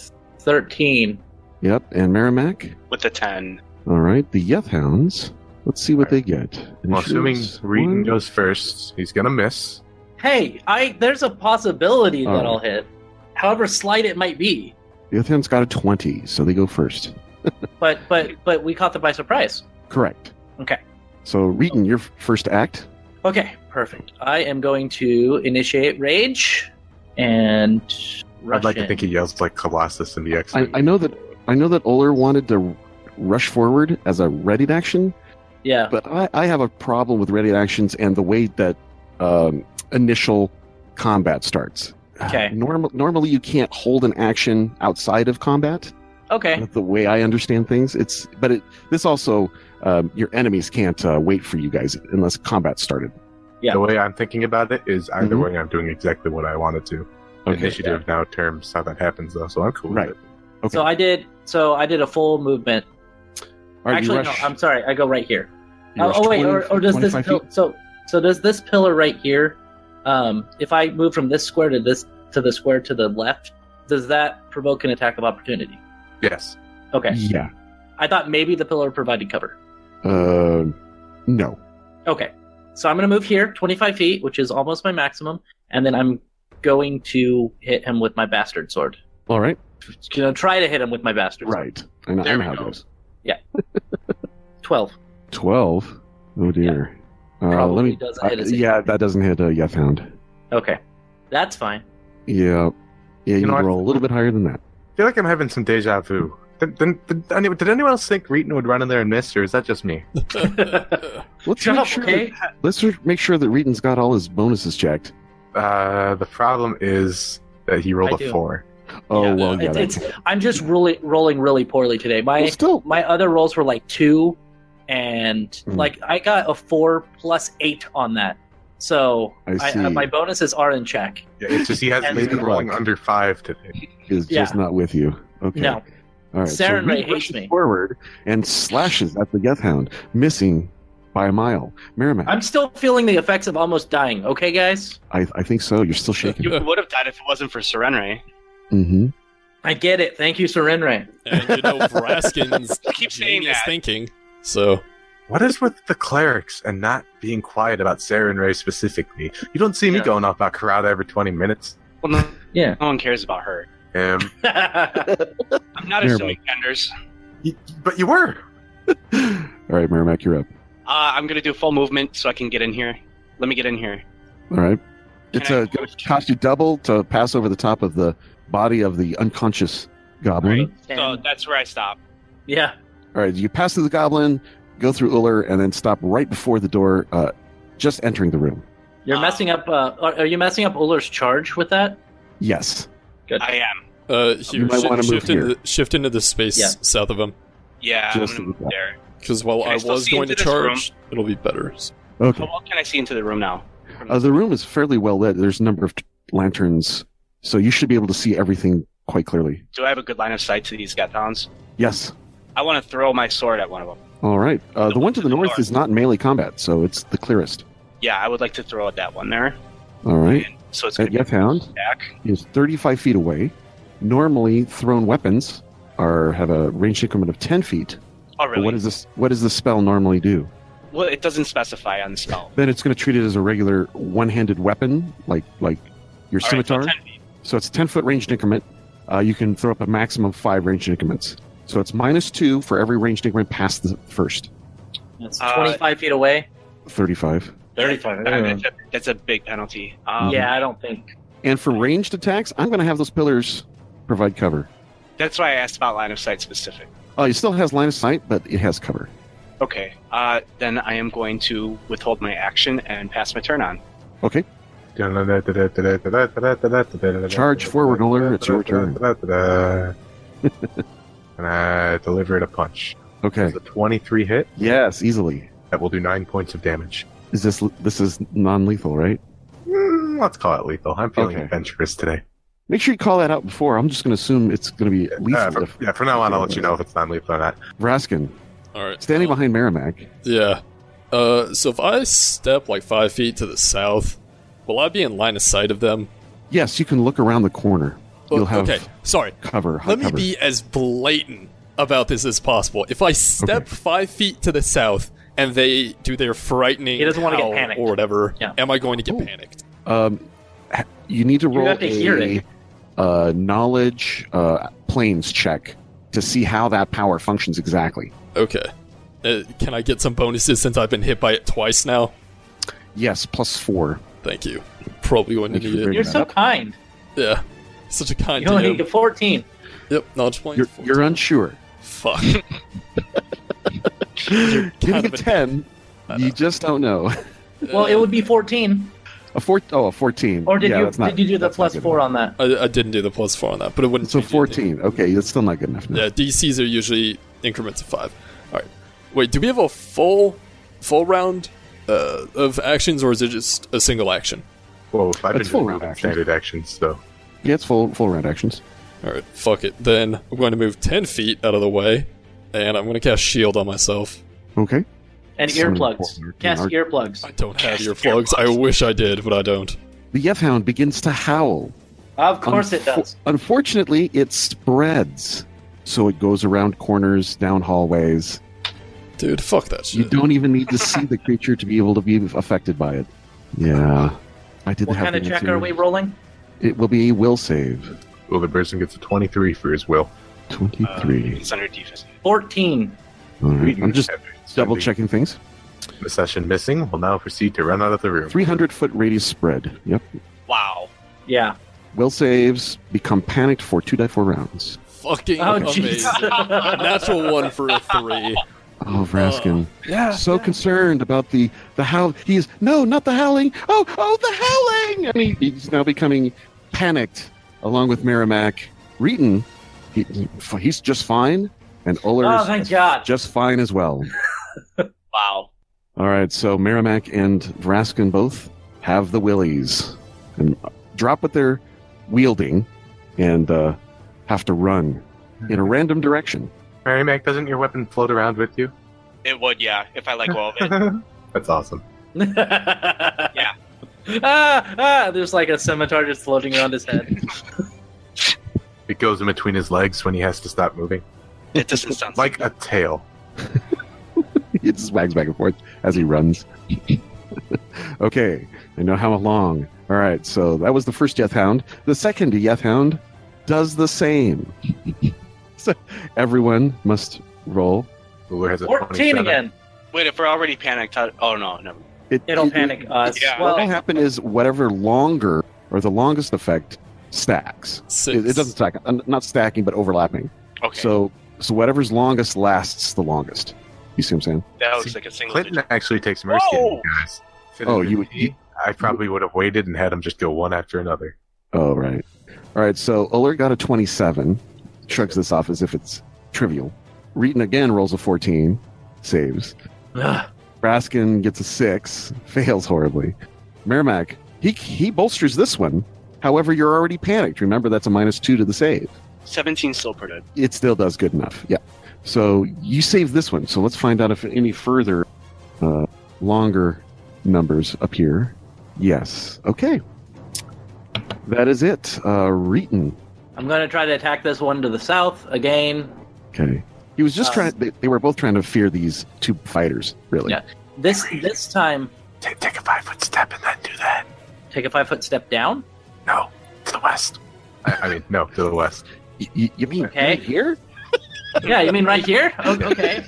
thirteen. Yep, and Merrimack. With the 10. All right, the Yeth Hounds. Let's see what they get. Well, assuming Initiatives, Reeton one. goes first, he's gonna miss. Hey, I there's a possibility that Alright. I'll hit, however slight it might be. The other has got a 20, so they go first. But but but we caught them by surprise. Correct. Okay. So, Reeton, your f- first act. Okay, perfect. I am going to initiate rage and rush I'd like to in. think he yells like Colossus in the X I, Men. I know that I know that Oler wanted to rush forward as a readied action, yeah. but I, I have a problem with readied actions and the way that um, initial combat starts. Okay. Normal, normally, you can't hold an action outside of combat. Okay. That's the way I understand things. It's but it, this also um, your enemies can't uh, wait for you guys unless combat started. Yeah. Mm-hmm. The way I'm thinking about it is either Mhm. way, I'm doing exactly what I wanted to. Initiative now terms how that happens though, so I'm cool Right. with it. Okay. So I did. So I did a full movement. All right, you Actually, rush- no. I'm sorry. I go right here. you Oh, rush oh wait, 20 or, or does this 25 pill- feet. so so does this pillar right here? Um, if I move from this square to this to the square to the left, does that provoke an attack of opportunity? Yes. Okay, Yeah. I thought maybe the pillar provided cover. Uh, no. Okay, so I'm gonna move here, 25 feet, which is almost my maximum, and then I'm going to hit him with my bastard sword. All right. Just Gonna try to hit him with my bastard. sword. Right. I know, I There know we how it go. goes. 12. 12. Oh, dear. uh, Probably let me, doesn't hit uh, his yeah, that doesn't hit a yeah found. Okay, that's fine. Yeah. Yeah, you, know, I- roll a little bit higher than that. I feel like I'm having some deja vu. Did, did, did, any- did anyone else think Reeton would run in there and miss, or is that just me? Let's Shut make up, sure okay? that, let's re- make sure that Reeton's got all his bonuses checked. Uh, the problem is that he rolled I a do. four. Oh Yeah, well, yeah. It's- that- it's- I'm just really rolling really poorly today. My well, still, my other rolls were like two and Mm. like i got a four plus eight on that so I see. my bonuses are in check Yeah, it's just he has And- he's been rolling Luck. under five today. is just not with you. Okay. no All right. Saren Reeton Ray hates rushes me. Forward and slashes at the Geth Hound, missing by a mile. Merrimack, i'm still feeling the effects of almost dying okay guys I, I think so. You're still shaking. You would have died if it wasn't for Serenre. mm-hmm. i get it thank you serenray and you know Vraskin's I keep saying genius that. thinking. So What is with the clerics and not being quiet about Saren Ray specifically? You don't see me Yeah. going off about Karada every 20 minutes. Well, no, yeah no one cares about her. Um, I'm not Never assuming genders. you- but you were. All right, Merrimack, you're up. Uh, I'm gonna do full movement so I can get in here. Let me get in here. All right. Can It's I uh move going to to- cost you double to pass over the top of the body of the unconscious goblin. Right. Ten. So that's where I stop. yeah All right, you pass through the goblin, go through Uller, and then stop right before the door, uh, just entering the room. you're Uh, messing up uh, are, are you messing up Uller's charge with that Yes. I am. uh, here, might wanna move shift, into here. the, shift into the space Yeah. south of him Yeah, Just I'm gonna to move the there. because while Can I I still was see going to into this room? charge, it'll be better. How Okay. well can I see into the room now? Uh, the room is fairly well lit. There's a number of t- lanterns, so you should be able to see everything quite clearly. Do I have a good line of sight to these Gathons? Yes. I want to throw my sword at one of them. All right. Uh, the one to the north is not in melee combat, so it's the clearest. Yeah, I would like to throw at that one there. All right. And so it's That gonna Yeth Hound. be back. is 35 feet away. Normally, thrown weapons are have a range increment of 10 feet. Oh But what really? does this? What does the spell normally do? Well, it doesn't specify on the spell. Then it's going to treat it as a regular one-handed weapon, like like your All right, so scimitar. 10 feet. so it's 10 foot ranged increment. Uh, you can throw up a maximum of five ranged increments. So it's minus two for every ranged increment past the first it's Uh, 25 feet away 35. 35 Uh, that's, a, that's a big penalty. Um, yeah i don't think And for ranged attacks, I'm going to have those pillars provide cover. That's why I asked about line of sight specific. Oh, it still has line of sight, but it has cover. Okay, uh, then I am going to withhold my action and pass my turn on. Charge forward, Uller, it's your turn. and I deliver it a punch. Okay. It's a 23 hit. Yes, easily. That will do 9 points of damage. Is this this is non-lethal, right? Mm, let's call it lethal. I'm feeling Okay. adventurous today. Make sure you call that out before. I'm just going to assume it's going to be Uh, lethal. from, if yeah, from now on, I'll let you know if it's non lethal or not. Raskin, All right, standing behind Merrimack. Yeah. Uh, so if I step like five feet to the south, will I be in line of sight of them? Yes, you can look around the corner. You'll Oh, have okay, sorry. cover. high Let me cover. be as blatant about this as possible. If I step five feet to the south and they do their frightening He doesn't wanna get howl panicked. or whatever, Yeah. am I going to get Ooh. panicked? Um, ha- you need to You roll have to a hear it. Uh, knowledge uh, planes check to see how that power functions exactly. Okay. Uh, can I get some bonuses since I've been hit by it twice now? Yes, plus four. Thank you. Probably going to Thank you need very it. You're so kind. Yeah. Such a kind You only DM. need a 14. Yep, knowledge point. You're, you're unsure. Fuck. Getting kind a of a- ten, I you just don't know. Well, Uh, it would be 14. A four, oh, a fourteen. Or did Yeah, you that's not- did you do the that's not plus good four enough. on that? I, I didn't do the plus four on that, but it wouldn't. So change anything. fourteen. Okay, that's still not good enough. No. Yeah, DCs Uh, are usually increments of five. All right. Wait, do we have a full, full round uh, of actions, or is it just a single action? Well, if I've been That's full doing round moving action. standard actions, so Yeah, it's full full round actions. All right, fuck it. Then I'm going to move ten feet out of the way, and I'm going to cast shield on myself. Okay. And Some earplugs. important Cast art- earplugs. I don't have Cast your plugs. I wish I did, but I don't. The Yef Hound begins to howl. Of course it Unfo- does. Unfortunately, it spreads, so it goes around corners, down hallways. Dude, fuck that You shit. don't even need to see the creature to be able to be affected by it. Yeah, I didn't What have kind of the check answer. are we rolling? It will be a will save. well, the person gets a 23 for his will. Mm-hmm. Uh, Twenty-three. it's under defense. 14. All right. Reading I'm just after spending double checking things. The session missing will now proceed to run out of the room. Three hundred foot radius spread. Yep. Wow. Yeah. Will saves become panicked for two die four rounds. Fucking Oh, jeez. amazing. Natural one for a three. Oh, Vraskin. Yeah. so concerned about the the howl. He is no, not the howling. Oh, oh, the howling! And he, he's now becoming panicked, along with Merrimack. Reeton, he, he- he's just fine, and Uller Oh, is thank God. just fine as well. Wow. All right, so Merrimack and Vraskin both have the willies and drop what they're wielding, and uh, have to run in a random direction. Mary Mac, doesn't your weapon float around with you? It would, yeah, if I let go of it. That's awesome. yeah. Ah, ah, there's like a scimitar just floating around his head. It goes in between his legs when he has to stop moving, It doesn't sound like a tail. He just wags back and forth as he runs. okay, I know how long. All right, so that was the first Yeth Hound. The second Yeth Hound does the same. so everyone must roll. Uller has a 14 27. again. Wait, if we're already panicked, how, oh no, never. mind. It, It'll it- panic us. Yeah. What'll Well, happen is whatever longer or the longest effect stacks. Six. It, it doesn't stack. uh, Not stacking, but overlapping. Okay, So, so whatever's longest lasts the longest. You see what I'm saying? that looks like a single. Clinton digit. actually takes mercy on you Whoa! guys. If it had Oh, been you would- me, I probably would have waited and had him just go one after another. Oh, right. All right, so Uller got a 27, shrugs this off as if it's trivial. Reeton again rolls a 14, saves. ugh, Raskin gets a 6, fails horribly. Merrimack, he, he bolsters this one. However, you're already panicked. Remember, that's a minus 2 to the save. Seventeen still pretty. good. It still does good enough. Yeah. So you save this one. So let's find out if any further uh, longer numbers appear. Yes. Okay. That is it. Uh, Reeton. I'm going to try to attack this one to the south again. Okay. He was just Um, trying. They, they were both trying to fear these two fighters, really. Yeah. This this time, Ta- take a five foot step and then do that. take a five foot step down. No, to the west. I, I mean, no, to the west. Y- y- you mean Okay. right here? Yeah, you mean right here? O- Oh, Okay.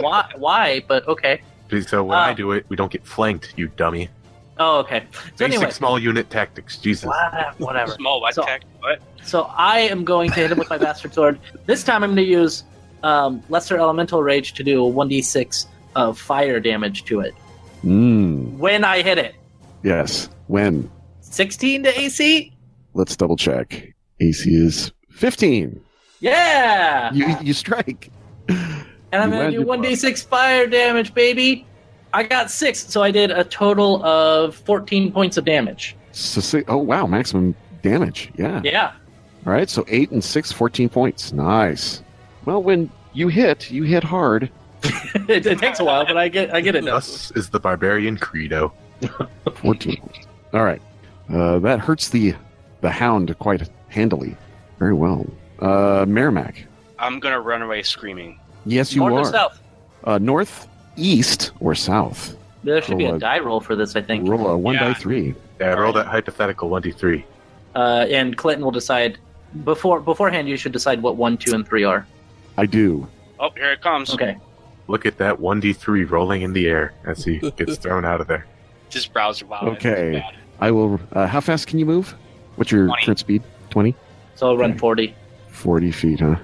why? Why? But okay. So when I Ah. do it, we don't get flanked, you dummy. Oh, okay. So Basic anyway, small unit tactics. Jesus. wha- whatever. Small white So- tech. What? So I am going to hit him with my bastard sword. This time I'm going to use um, lesser elemental rage to do a 1d6 of fire damage to it Mm, when I hit it. yes. When? 16 to AC. Let's double check. AC is fifteen. Yeah. You you strike. And I'm You going to do landed 1d6 fire damage, baby. I got six, so I did a total of 14 points of damage. So si oh wow, maximum damage. Yeah. Yeah. All right. So eight and six, 14 points. Nice. Well, when you hit, you hit hard. it, it takes a while, but I get I get it now. Thus is the barbarian credo. Fourteen. points. All right. Uh, that hurts the the hound quite handily. Very well. Uh, Merrimack. I'm gonna run away screaming. Yes, you North are. or south? uh, north, east, or south. There should be Roll a a- die roll for this, I think. Roll a one Yeah. by three. Yeah, roll Alright. that hypothetical 1d3. Uh, and Clinton will decide before beforehand. You should decide what one, two, and three are. I do. Oh, here it comes. Okay. Look at that 1d3 rolling in the air as he gets thrown out of there. This browser. Wow. that's Okay. bad. I will. Uh, how fast can you move? What's your 20. turn speed? 20? So I'll run Okay. forty. 40 feet, huh?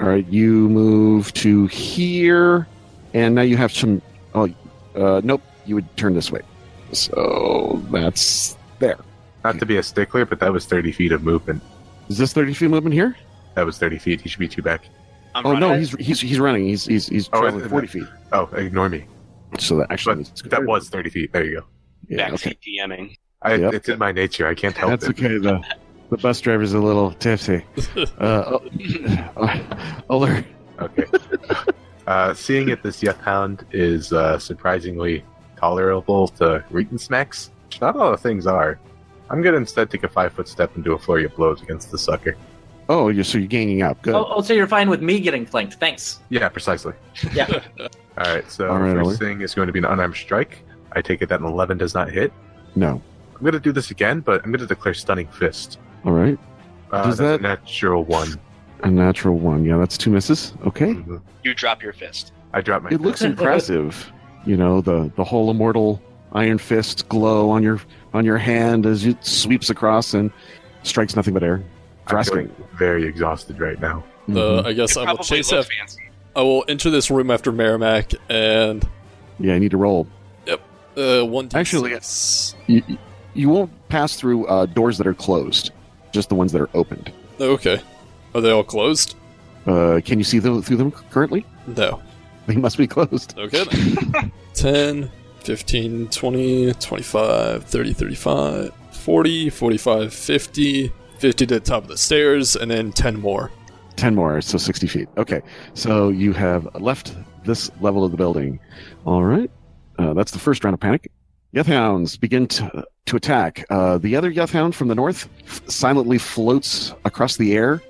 All right, you move to here, and now you have some. Oh, uh, nope, you would turn this way. So that's there. Not to be a stickler, but that was 30 feet of movement. Is this 30 feet movement here? That was 30 feet. He should be two back. I'm Oh no, running. he's he's he's running. He's he's he's Oh, traveling is it- 40 feet. Oh, ignore me. So that actually But means it's- that was 30 feet. There you go. yeah, okay. backseat DMing. I, Yep. It's in my nature. I can't help That's it. okay. The the bus driver's a little tipsy. Uh, oh, Oler, Okay. uh, seeing it, this Yeth Hound is uh, surprisingly tolerable to Reeton Smacks, which not a lot of things are. I'm going to instead take a five foot step and do a flurry of blows against the sucker. oh, you're so you're ganging up. Good. Oh, oh, so you're fine with me getting flanked? Thanks. Yeah, precisely. Yeah. All right, so All right, first Ollie. thing is going to be an unarmed strike. I take it that an 11 does not hit. No. I'm going to do this again, but I'm going to declare Stunning Fist. All right. Uh, Does that's a that- natural one. A natural one. Yeah, that's two misses. Okay. Mhm. You drop your fist. I drop my. It looks impressive. You know, the the whole immortal iron fist glow on your on your hand as it sweeps across and strikes nothing but air. I'm Thrasking. feeling very exhausted right now. Uh, Mhm. I guess It I will probably chase looks after. fancy. I will enter this room after Merrimack and yeah, I need to roll. uh, one. D6. Actually, You, you won't pass through uh, doors that are closed, just the ones that are opened. okay. Are they all closed? Uh, can you see them through them currently? No. They must be closed. Okay. Then. 10, 15, 20, 25, 30, 35, 40, 45, 50, 50 to the top of the stairs, and then 10 more. Ten more, so sixty feet. Okay, so you have left this level of the building. All right, uh, that's the first round of panic. Yeth hounds begin to, to attack. Uh, the other Yeth hound from the north f- silently floats across the air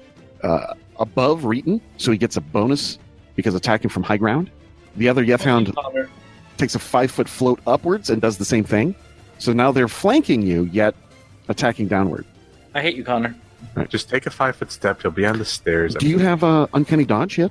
uh, above Reeton, so he gets a bonus because attacking from high ground. The other Yeth hound takes a five foot float upwards and does the same thing. So now they're flanking you, yet attacking downward. I hate you, Connor. Just take a five foot step. He'll be on the stairs. Do you have uh, uncanny dodge yet?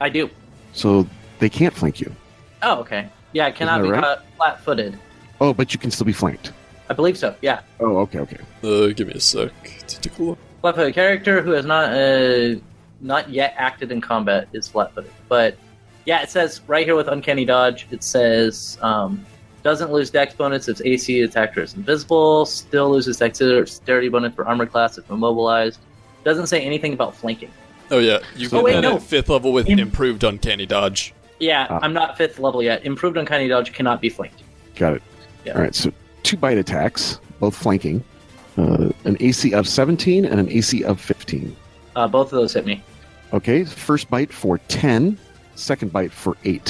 I do. So they can't flank you. Oh, okay. Yeah, I cannot that be right? caught flat-footed. Oh, but you can still be flanked. I believe so. Yeah. Oh, okay, okay. Uh, give me a sec to take a look. Flat-footed character who has not uh, not yet acted in combat is flat-footed. But yeah, it says right here with uncanny dodge. It says um, doesn't lose dex bonus if AC attacker is invisible. Still loses dexterity bonus for armor class if immobilized. Doesn't say anything about flanking. Oh, yeah. You So get wait, that no. at fifth level with Im- improved uncanny dodge. Yeah, Ah. I'm not fifth level yet. Improved uncanny dodge cannot be flanked. Got it. Yeah. All right, so two bite attacks, both flanking. Uh, an AC of 17 and an AC of 15. Uh, both of those hit me. Okay, first bite for 10, second bite for 8.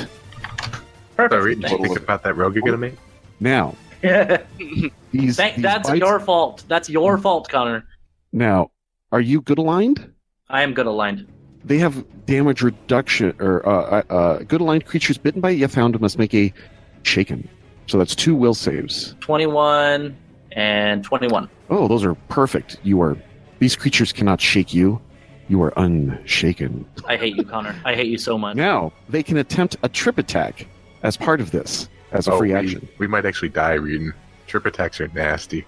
So, Reeton, you Thank- think about that rogue you're going to make? Now, these, Thank- these that's bites- your fault. That's Hmm. your fault, Connor. Now, are you good aligned? I am good aligned. They have damage reduction, or uh, uh, uh, good aligned creatures bitten by Yethound must make a shaken. So that's two will saves. 21 and 21. Oh, those are perfect. You are. These creatures cannot shake you. You are unshaken. I hate you, Connor. I hate you so much. Now they can attempt a trip attack as part of this, as a Oh, free we- action. We might actually die, Reeton. Trip attacks are nasty.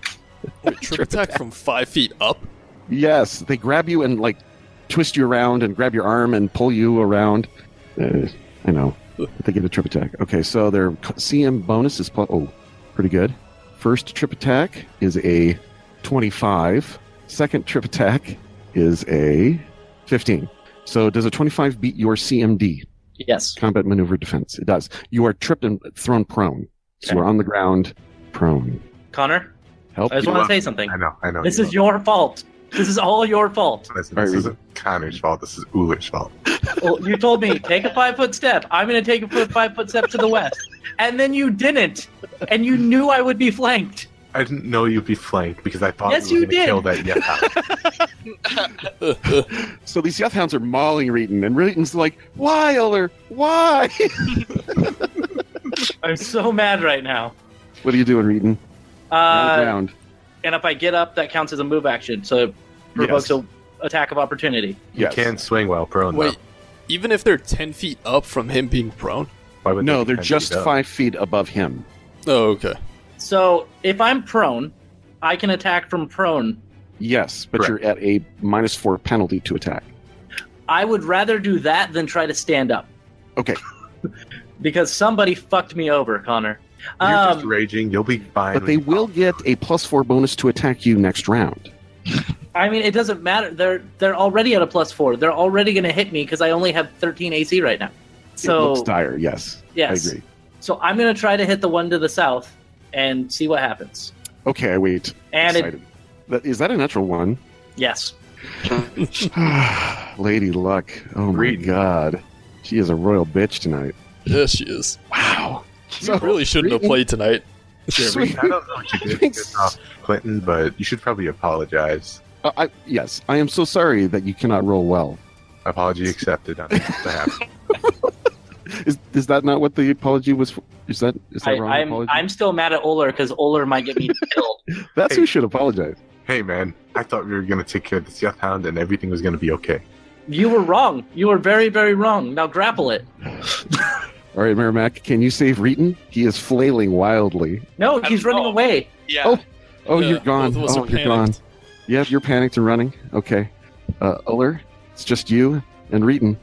Wait, trip attack from five feet up? Yes, they grab you and like twist you around and grab your arm and pull you around. Uh, I know. But they get a trip attack. Okay, so their CM bonus is plus. Oh, pretty good. First trip attack is a 25. Second trip attack is a 15. So does a 25 beat your CMD? Yes. combat maneuver defense. It does. You are tripped and thrown prone. So Okay. you're on the ground, prone. Connor, Help. I just You want are- to say something. I know, I know. This you is your fault. This is all your fault. Listen, All right, this Regan. isn't Connor's fault. This is Uler's fault. Well, you told me, take a five foot step. I'm going to take a foot, five foot step to the west. And then you didn't. And you knew I would be flanked. I didn't know you'd be flanked because I thought Yes, we you were going did. to kill that Yeth So these Yeth hounds are mauling Reeton, and Reeton's like, "Why, Uller? Why?" I'm so mad right now. What are you doing, Reeton? Roll Uh, round. and if I get up, that counts as a move action, so it provokes Yes. an attack of opportunity. Yes. You can swing while Oh, prone, Wait, though. even if they're 10 feet up from him being prone? Why would No, they they're defend just you, though? five feet above him. Oh, okay. So if I'm prone, I can attack from prone. Yes, but you're at a minus four penalty to attack. I would rather do that than try to stand up. Okay. because somebody fucked me over, Connor. You're just Um, raging. You'll be fine. But when they you- will get a plus four bonus to attack you next round. I mean, it doesn't matter. They're they're already at a plus four. They're already going to hit me because I only have 13 AC right now. it So looks dire. Yes, yes, I agree. so I'm going to try to hit the one to the south and see what happens. Okay, I wait. And it, Excited. That- Is that a natural one? yes, Lady Luck. Oh my Reed. god. She is a royal bitch tonight. Yeah, she is. Wow. You really shouldn't have played tonight. Yeah, Sweet. Reed, I don't know what you did to piss off Clinton, but you should probably apologize. Uh, I, yes, I am so sorry that you cannot roll well. Apology accepted on his behalf. Is is that not what the apology was for? Is that is that I, wrong I'm apology? I'm still mad at Oler because Oler might get me killed. That's who should apologize. hey, man, I thought we were going to take care of the Seth Hound and everything was going to be okay. You were wrong. You were very very wrong. Now grapple it. All right, Merrimack, can you save Reeton? He is flailing wildly. No, he's running know. away. Yeah. Oh. Oh, Yeah, you're gone. both of us Oh, are you're gone. panicked. Yeah, you're panicked and running. Okay. Uh, Uller, it's just you and Reeton.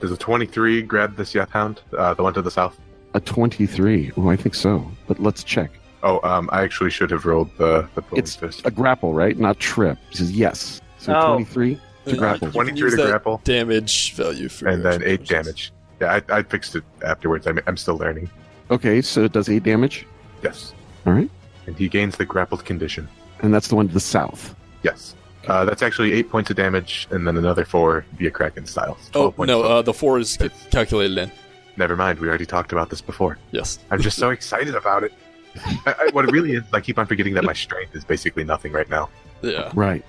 Does a 23 grab the Seth Hound, uh, the one to the south? A 23. Oh, I think so. But let's check. Oh, um, I actually should have rolled the, the bowling It's fist. a grapple, right? Not trip. He says yes. So Oh. 23 to Yeah, grapple. you can 23 use Uh, to that grapple, Damage value for and your then 8 explosions. damage. Yeah, I, I fixed it afterwards. I'm, I'm still learning. Okay, so it does 8 damage. Yes. All right. And he gains the grappled condition. And that's the one to the south. Yes. Uh, that's actually eight points of damage, and then another four via Kraken style. Oh, 12 points no, total. uh, the 4 is ca- calculated in. Never mind. We already talked about this before. Yes. I'm just so excited about it. I, I, what it really is, I keep on forgetting that my strength is basically nothing right now. Yeah. Right.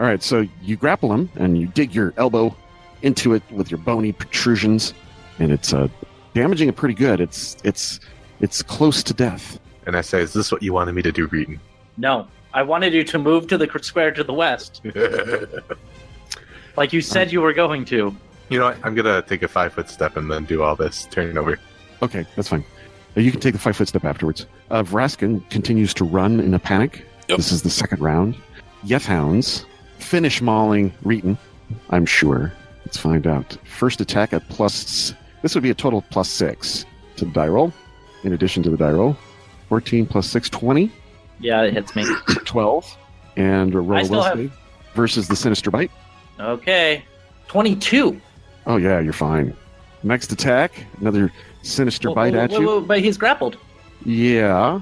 All right, so you grapple him and you dig your elbow into it with your bony protrusions and it's uh, damaging it pretty good. It's it's it's close to death. And I say, "Is this what you wanted me to do, Reeton?" No, I wanted you to move to the cr- square to the west, like you said you were going to. you know, what? I'm gonna take a five foot step and then do all this. Turn over. Okay, that's fine. Uh, You can take the five foot step afterwards. Uh, Vraskin continues to run in a panic. Yep. This is the second round. Yeth Hounds finish mauling Reeton, I'm sure. Let's find out. First attack at plus. This would be a total of plus six to the die roll, in addition to the die roll. 14 plus 6, 20, Yeah, it hits me. 12. And a roll I a still will have- save versus the Sinister Bite. Okay, twenty-two. Oh, yeah, you're fine. Next attack, another Sinister Whoa, Bite whoa, at whoa, you. whoa, but he's grappled. Yeah.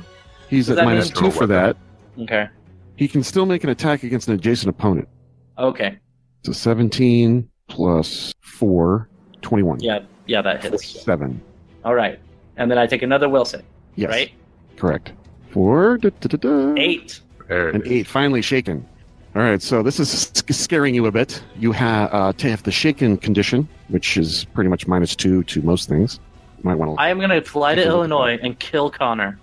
He's Does at that minus two mean- for that. Okay. He can still make an attack against an adjacent opponent. Okay. So 17 plus 4, 21. Yeah. Yeah, that hits. 7. All right. And then I take another Wilson, Yes. right? Correct. 4. Da, da, da, da. Eight. There it An is. 8. Finally shaken. All right. So this is sc- scaring you a bit. You ha- uh, to have the shaken condition, which is pretty much minus 2 to most things. You might want to. I uh, am going to fly to Okay. Illinois and kill Connor.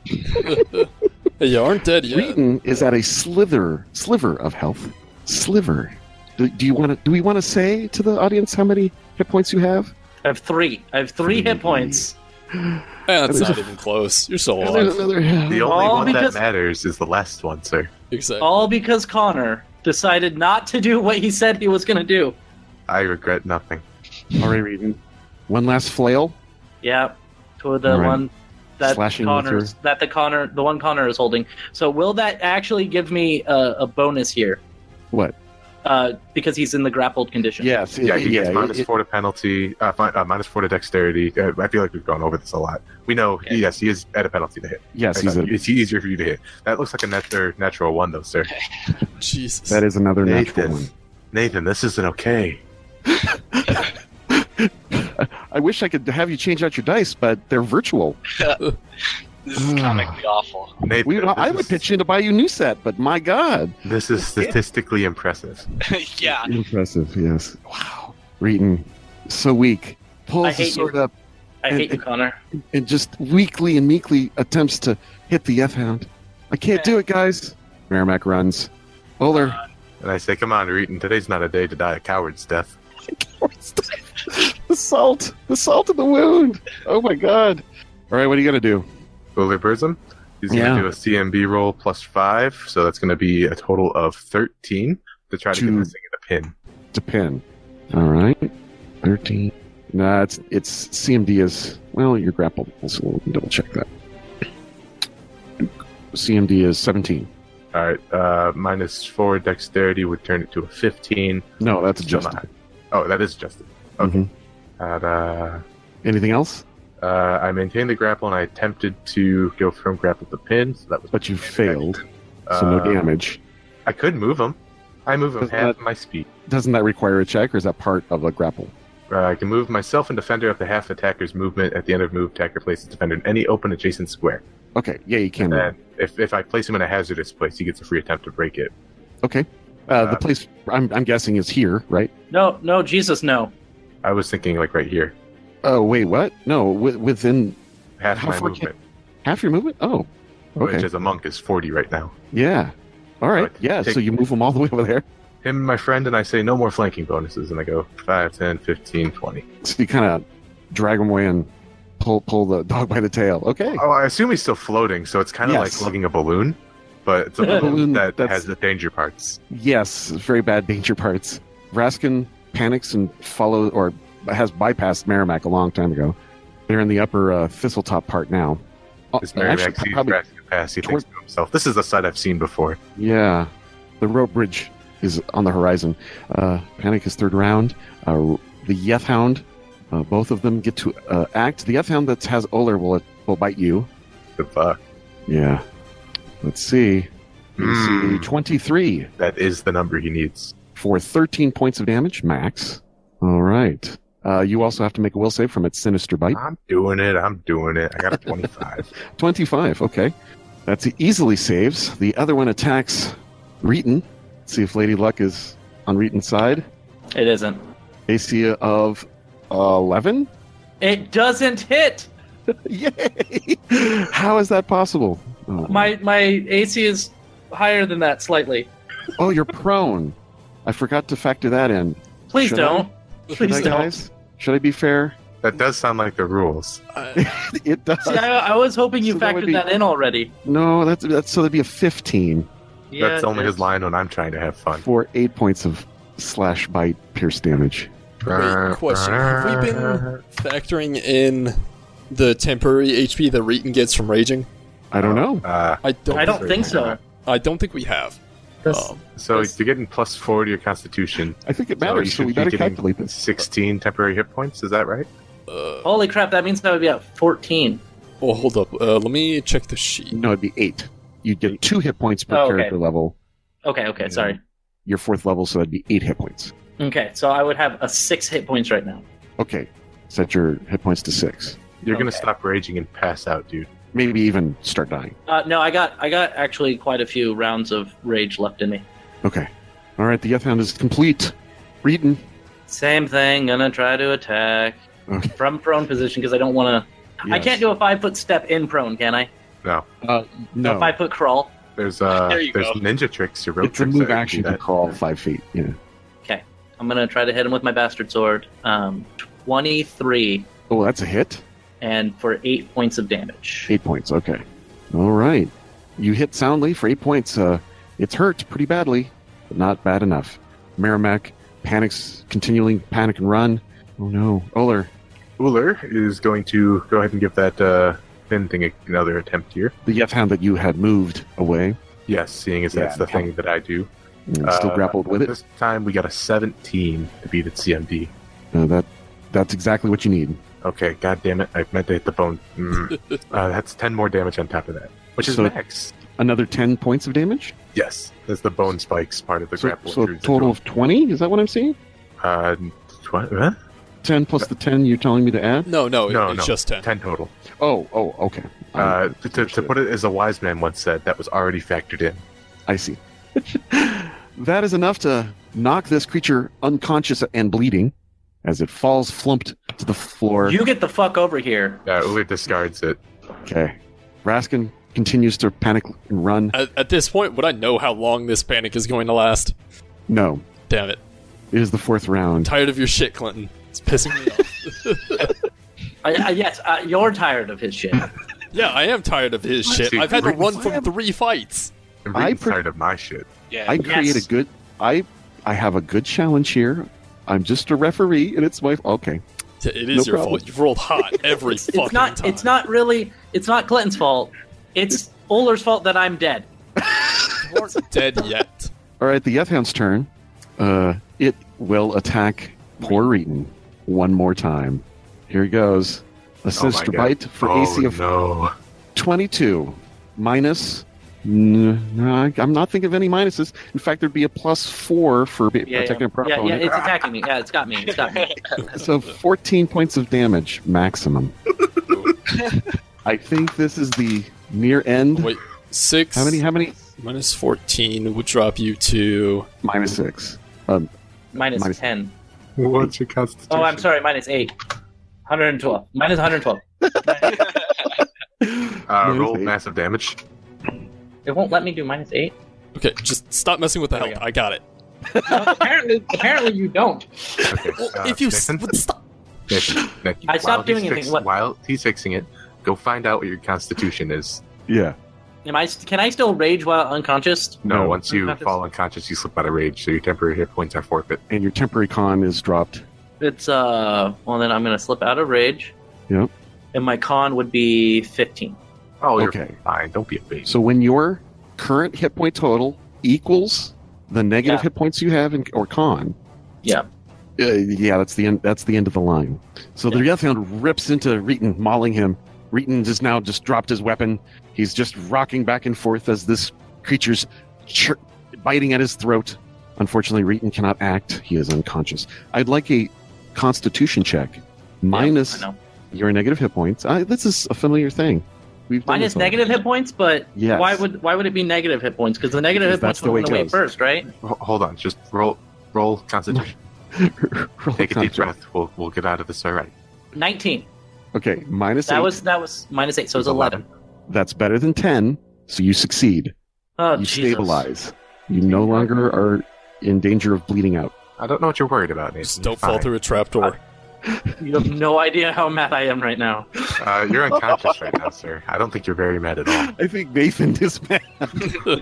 Hey, you aren't dead yet. Reeton is at a slither, sliver of health. Sliver. Do, do you want to? Do we want to say to the audience how many hit points you have? I have three. I have three hit points. Eh, that's There's not even close. You're still There's alive. another- The only All one because- that matters is the last one, sir. Exactly. All because Connor decided not to do what he said he was going to do. I regret nothing. All right, Reeton. One last flail. Yeah. To the All right. one that Slashing with Connor's, that the Connor, the one Connor is holding. So will that actually give me a, a bonus here? What? Uh, because he's in the grappled condition. Yes. Yeah, he gets yeah, minus it- four to penalty, uh, fi- uh, minus four to dexterity. Uh, I feel like we've gone over this a lot. We know, Okay. yes, he is at a penalty to hit. yes, he's a, it's easier for you to hit. That looks like a nat- or natural one, though, sir. Jesus. that is another natural Nathan, one. Nathan, this isn't okay. I wish I could have you change out your dice, but they're virtual. This is comically awful. Nathan, We, this I is- would pitch in to buy you a new set, but my God, This is statistically impressive. yeah. impressive. Yes. Wow. Reeton, so weak. I Pulls hate his sword up I And- hate you, and- Connor. and just weakly and meekly attempts to hit the F Hound. I can't do it, guys. Merrimack runs. Oler. And I say, come on, Reeton, today's not a day to die a coward's death. the salt. The salt of the wound. Oh my god. All right, what are you going to do? Buller Burzum. He's Yeah. going to do a CMB roll plus five, so that's going to be a total of 13 to try to Two. get this thing in a pin. To pin. All right. 13. Nah, it's, it's CMD is, well, you're grappled, so we'll double check that. CMD is 17. All right, uh, minus four dexterity would turn it to a 15. No, that's Still adjusted. not- Oh, that is adjusted. Okay. Mhm. And, uh, Anything else? uh, I maintained the grapple and I attempted to go from grapple to pin, so that was. But you failed, so Uh, no damage. I could move him. I move him Does half my speed. Doesn't that require a check, or is that part of a grapple? Uh, I can move myself and defender up to half attacker's movement. At the end of move, attacker places defender in any open adjacent square. Okay, yeah, you can. And roll. then if, if I place him in a hazardous place, he gets a free attempt to break it. Okay, uh, the uh, place I'm, I'm guessing is here, right? No, no, Jesus, no. I was thinking like right here, Oh wait, what? No, wi- within half How my far can- movement, half your movement. Oh, okay, which as a monk is forty right now. yeah, all right, Right, yeah. take- So you move them all the way over there. Him, and my friend, and I say no more flanking bonuses, and I go 5, 10, 15, 20. So you kind of drag them away and pull pull the dog by the tail. Okay, Oh, I assume he's still floating, so it's kind of Yes. like lugging a balloon, but it's a Balloon, balloon that that's- has the danger parts. yes, very bad danger parts. Raskin panics and follow or has bypassed Merrimack a long time ago. They're in the upper uh, thistle top part now. Uh, This Mary actually, Mac sees probably- Raskin pass, he thinks to himself, "This is a sight I've seen before." Yeah, the rope bridge is on the horizon. Uh, Panic is third round. Uh, the Yeth Hound, uh, both of them get to uh, act. The Yeth Hound that has Oler will will bite you. Good luck. Yeah. Let's see. Hmm. AC 23 That is the number he needs. for 13 points of damage, max. All right. Uh, you also have to make a will save from its sinister bite. I'm doing it. I'm doing it. I got a 25. 25, okay. That's easily saves. The other one attacks Reeton. See if Lady Luck is on Reeton's side. It isn't. AC of uh, 11? It doesn't hit. Yay! How is that possible? Oh, My my AC is higher than that slightly. oh, you're prone. I forgot to factor that in. Please Should I? don't. Should Please I, don't. guys? Should I be fair? that does sound like the rules. I, It does. See, I, I was hoping you So that would factored be- that in already. No, that's, that's so that'd be a 15 Yeah, That's only it his is. line when I'm trying to have fun. for eight points of slash bite pierce damage. Wait, question. Have we been factoring in the temporary HP that Reeton gets from raging? I don't know. Uh, I don't. I don't think Oh, so. I don't think we have. That's- Um, so Yes. you're getting plus four to your constitution, I think it So matters, you so, should we be better getting calculate this. 16 temporary hit points. Is that right? uh, Holy crap! That means that would be at fourteen. well, hold up. Uh, let me check the sheet. No, it'd be eight. You'd get two hit points per Oh, okay. character level. Okay, okay, Yeah. sorry. Your fourth level, so that'd be eight hit points. Okay, so I would have a six hit points right now. Okay, set your hit points to six. You're gonna Okay. stop raging and pass out, dude. Maybe even start dying. Uh, no, I got I got actually quite a few rounds of rage left in me. Okay. All right, the Death Hound is complete. Reading. Same thing. Gonna try to attack Okay. from prone position because I don't want to. I can't do a five foot step in prone, can I? No, A No, five foot crawl. there's uh, There you there's go. ninja tricks. Your rope it's a tricks that move can do action to that. crawl five feet. Yeah. I'm gonna try to hit him with my bastard sword. Um, twenty three, Oh, that's a hit. and for eight points of damage. Eight points. Okay. All right. You hit soundly for eight points. Uh, it's hurt pretty badly, but not bad enough. Merrimack panics, continuing panic and run. Oh no, Oler. Uller is going to go ahead and give that uh, pin thing another attempt here. The Yeth Hound that you had moved away Yes, seeing as that's Yeah. the thing that I do. and still Uh, grappled with it. This time we got a 17 to beat its CMD. Uh, that that's exactly what you need. Okay, god damn it. I meant to hit the bone. Mm. uh, that's 10 more damage on top of that, which is So- max. Another ten points of damage. Yes, that's the bone spikes part of the so, grapple. so through the total of twenty. Is that what I'm seeing? duel. Uh, tw- huh? Ten plus the ten you're telling me to add. No, no, it- No, Oh, it's no. just 10. 10 total. Oh, oh, okay. I- Uh, to, to put it as a wise man once said, that was already factored in. I see. that is enough to knock this creature unconscious and bleeding. as it falls flumped to the floor. You get the fuck over here. Yeah, Uller Uh, discards it. okay. Raskin continues to panic and run. At, at this point, would I know how long this panic is going to last? No, Damn it. it is the fourth round. Tired of your shit, Clinton. It's pissing me off. I, I, yes, I, you're tired of his shit. Yeah, I am tired of his shit. I've had to run from three fights. I'm I really pre- tired of my shit. Yeah. I create Yes. a good. I I have a good challenge here. I'm just a referee, and it's my okay. Yeah, It is No your problem. fault. You've rolled hot every fucking it's not. time. It's not really. It's not Clinton's fault. It's Oler's fault that I'm dead. You aren't dead yet. All right, the Yeth Hound's turn. Uh, it will attack poor Reeton one more time. Here he goes. A Oh my sinister God. bite for oh, AC of no. 22 minus. N- no, I- I'm not thinking of any minuses. In fact, there'd be a plus four for be- Yeah, protecting yeah. a proper yeah, yeah, opponent. it's attacking me. Yeah, it's got me. It's got me. So 14 points of damage maximum. I think this is the near end. Wait, six How many? How many? minus 14 would drop you to. Minus six. Minus Minus- ten. What's your constitution? Oh, I'm sorry. Minus eight. 112. Minus 112. Uh, Minus roll eight. massive damage. It won't let me do minus eight. Okay, just stop messing with the There we help. I got it. No, apparently, apparently you don't. Okay. Well, uh, if you s- Nathan, would stop. Nathan, Nathan, I stopped while he's doing anything, fix- what? While he's fixing it, go find out what your constitution is. Yeah. Am I? Can I still rage while unconscious? No, No. once you Unconscious. fall unconscious, you slip out of rage, so your temporary hit points are forfeit. And your temporary con is dropped. It's uh. Well, then I'm gonna slip out of rage. Yep. And my con would be 15. Oh, you're Okay. fine. Don't be a baby. So when your current hit point total equals the negative Yeah. hit points you have in, or con. Yeah. Uh, yeah, that's the end. That's the end of the line. So the Death Hound rips into Reeton, mauling him. Reeton has now just dropped his weapon. He's just rocking back and forth as this creature's chir- biting at his throat. Unfortunately, Reeton cannot act. He is unconscious. I'd like a Constitution check, minus Yeah, I know. your negative hit points. I, this is a familiar thing. We've done minus this all- negative hit points, but Yes. why would why would it be negative hit points? Because the negative Because hit points that's the way went it away goes. first, right? Ho- Hold on. Just roll roll constitution. Roll Take a deep constitution. breath. We'll, we'll get out of this all right. 19. Okay, minus That eight. was that was minus eight, so it's 11. That's better than ten. So you succeed. Oh, you Jesus. stabilize. You no longer are in danger of bleeding out. I don't know what you're worried about, Nathan. Just You're don't fall fine. through a trapdoor. You have no idea how mad I am right now. Uh, you're unconscious right now, sir. I don't think you're very mad at all. I think Nathan is mad.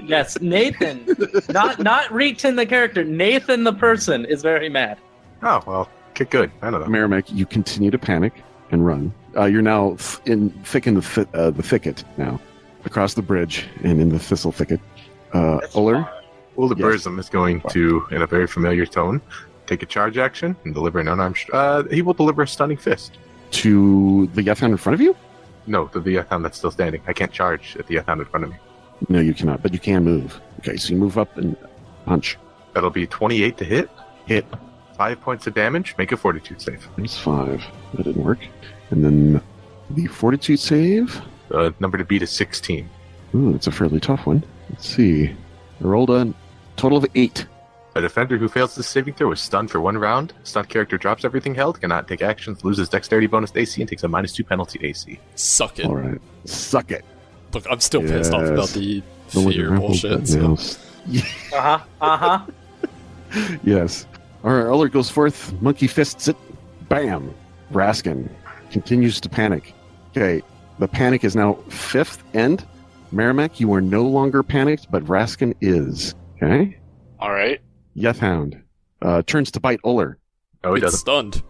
Yes, Nathan, not not Reeton the character, Nathan the person is very mad. Oh, well, good. good. I don't know. Merrimack, you continue to panic and run. Uh, you're now th- in thick in the, thi- uh, the thicket now, across the bridge and in the thistle thicket. Uh, Uller, Well, the Yes. Burzum is going to, in a very familiar tone, take a charge action and deliver an unarmed. Sh- uh, he will deliver a stunning fist. to the Yathan in front of you? No, the Viathan that's still standing. I can't charge at the Viathan in front of me. No, you cannot, but you can move. Okay, so you move up and punch. That'll be 28 to hit. Hit. Five points of damage. Make a fortitude save. That's five. That didn't work. And then the fortitude save. The number to beat is 16. Ooh, that's a fairly tough one. Let's see. I rolled a total of eight. A defender who fails this saving throw is stunned for one round. Stunned character drops everything held, cannot take actions, loses dexterity bonus to AC, and takes a minus two penalty to AC. Suck it. All right. Suck it. Look, I'm still pissed off Yes. about the No one can fear grapple bullshit. that so- now. Uh huh. Uh huh. Yes. All right, Uller goes forth, monkey fists it. Bam! Raskin continues to panic. Okay, the panic is now fifth end. Merrimack, you are no longer panicked, but Raskin is. Okay? All right. Yethhound uh, turns to bite Uller. No, he Oh, it's doesn't. stunned.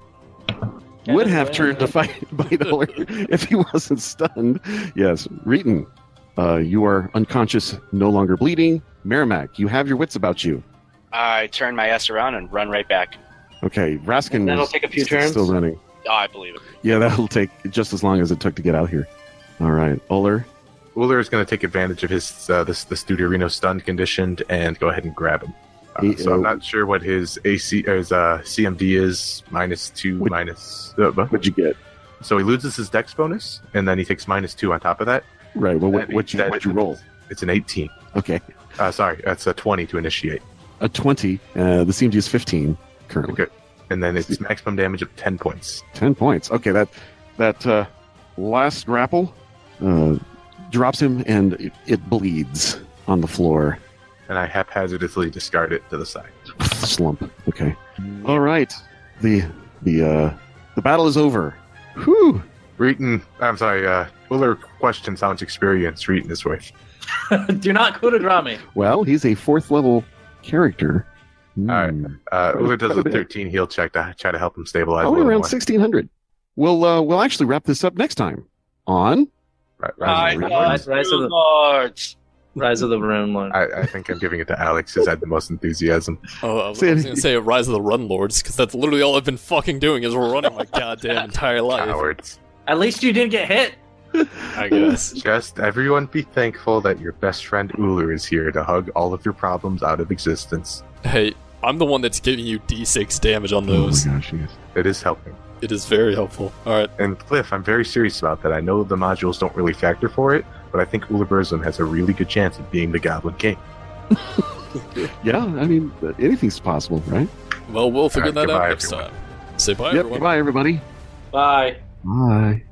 Would have turned to fight bite Uller if he wasn't stunned. Yes, Reeton, uh, you are unconscious, no longer bleeding. Merrimack, you have your wits about you. I turn my ass around and run right back. Okay, Raskin That'll is take a few st- turns. still running. Oh, I believe it. Yeah, that'll take just as long as it took to get out here. All right, Uller. Uller is going to take advantage of his uh, this this Deuterino stunned conditioned and go ahead and grab him. Uh, He- so I'm uh, not sure what his AC or his uh, CMD is minus two Would- minus. Uh, what? What'd you get? so he loses his dex bonus and then he takes minus two on top of that. Right. Well, what That what you means what that you roll? It's an 18. Okay, Uh, sorry, that's a 20 to initiate. a twenty. Uh, the CMD is fifteen currently. Okay. and then it's maximum damage of 10 points. 10 points. Okay, that that uh, last grapple uh, drops him and it, it bleeds on the floor. And I haphazardly discard it to the side. Slump. Okay. All right. The the uh, the battle is over. Whew. Reeton, I'm sorry, uh, Willer questions how much experience Reeton is worth. Do not coup de grace. Well, he's a fourth level character. right. Hmm. Uh, Quite a- Willer does quite a a bit. 13 heal check to try to help him stabilize. Only Willer around one. sixteen hundred. We'll uh, we'll actually wrap this up next time on Right, I right. Rise of the love Rise of you, the- lords. Rise of the Rune Lord. I, I think I'm giving it to Alex because I had the most enthusiasm. Oh, I was, Sam- I was gonna say Rise of the Run Lords because that's literally all I've been fucking doing is running my goddamn entire life. Cowards. At least you didn't get hit. I guess. Just everyone be thankful that your best friend Uller is here to hug all of your problems out of existence. Hey, I'm the one that's giving you d6 damage on those. Oh my gosh, yes. It is helping. it is very helpful. All right, And Cliff, I'm very serious about that. I know the modules don't really factor for it, but I think Ulibrism has a really good chance of being the Goblin King. Yeah, I mean anything's possible, right? well we'll figure All right, that out goodbye, next everyone. time. Say bye, yep. everyone. Goodbye, everybody. Bye. Bye.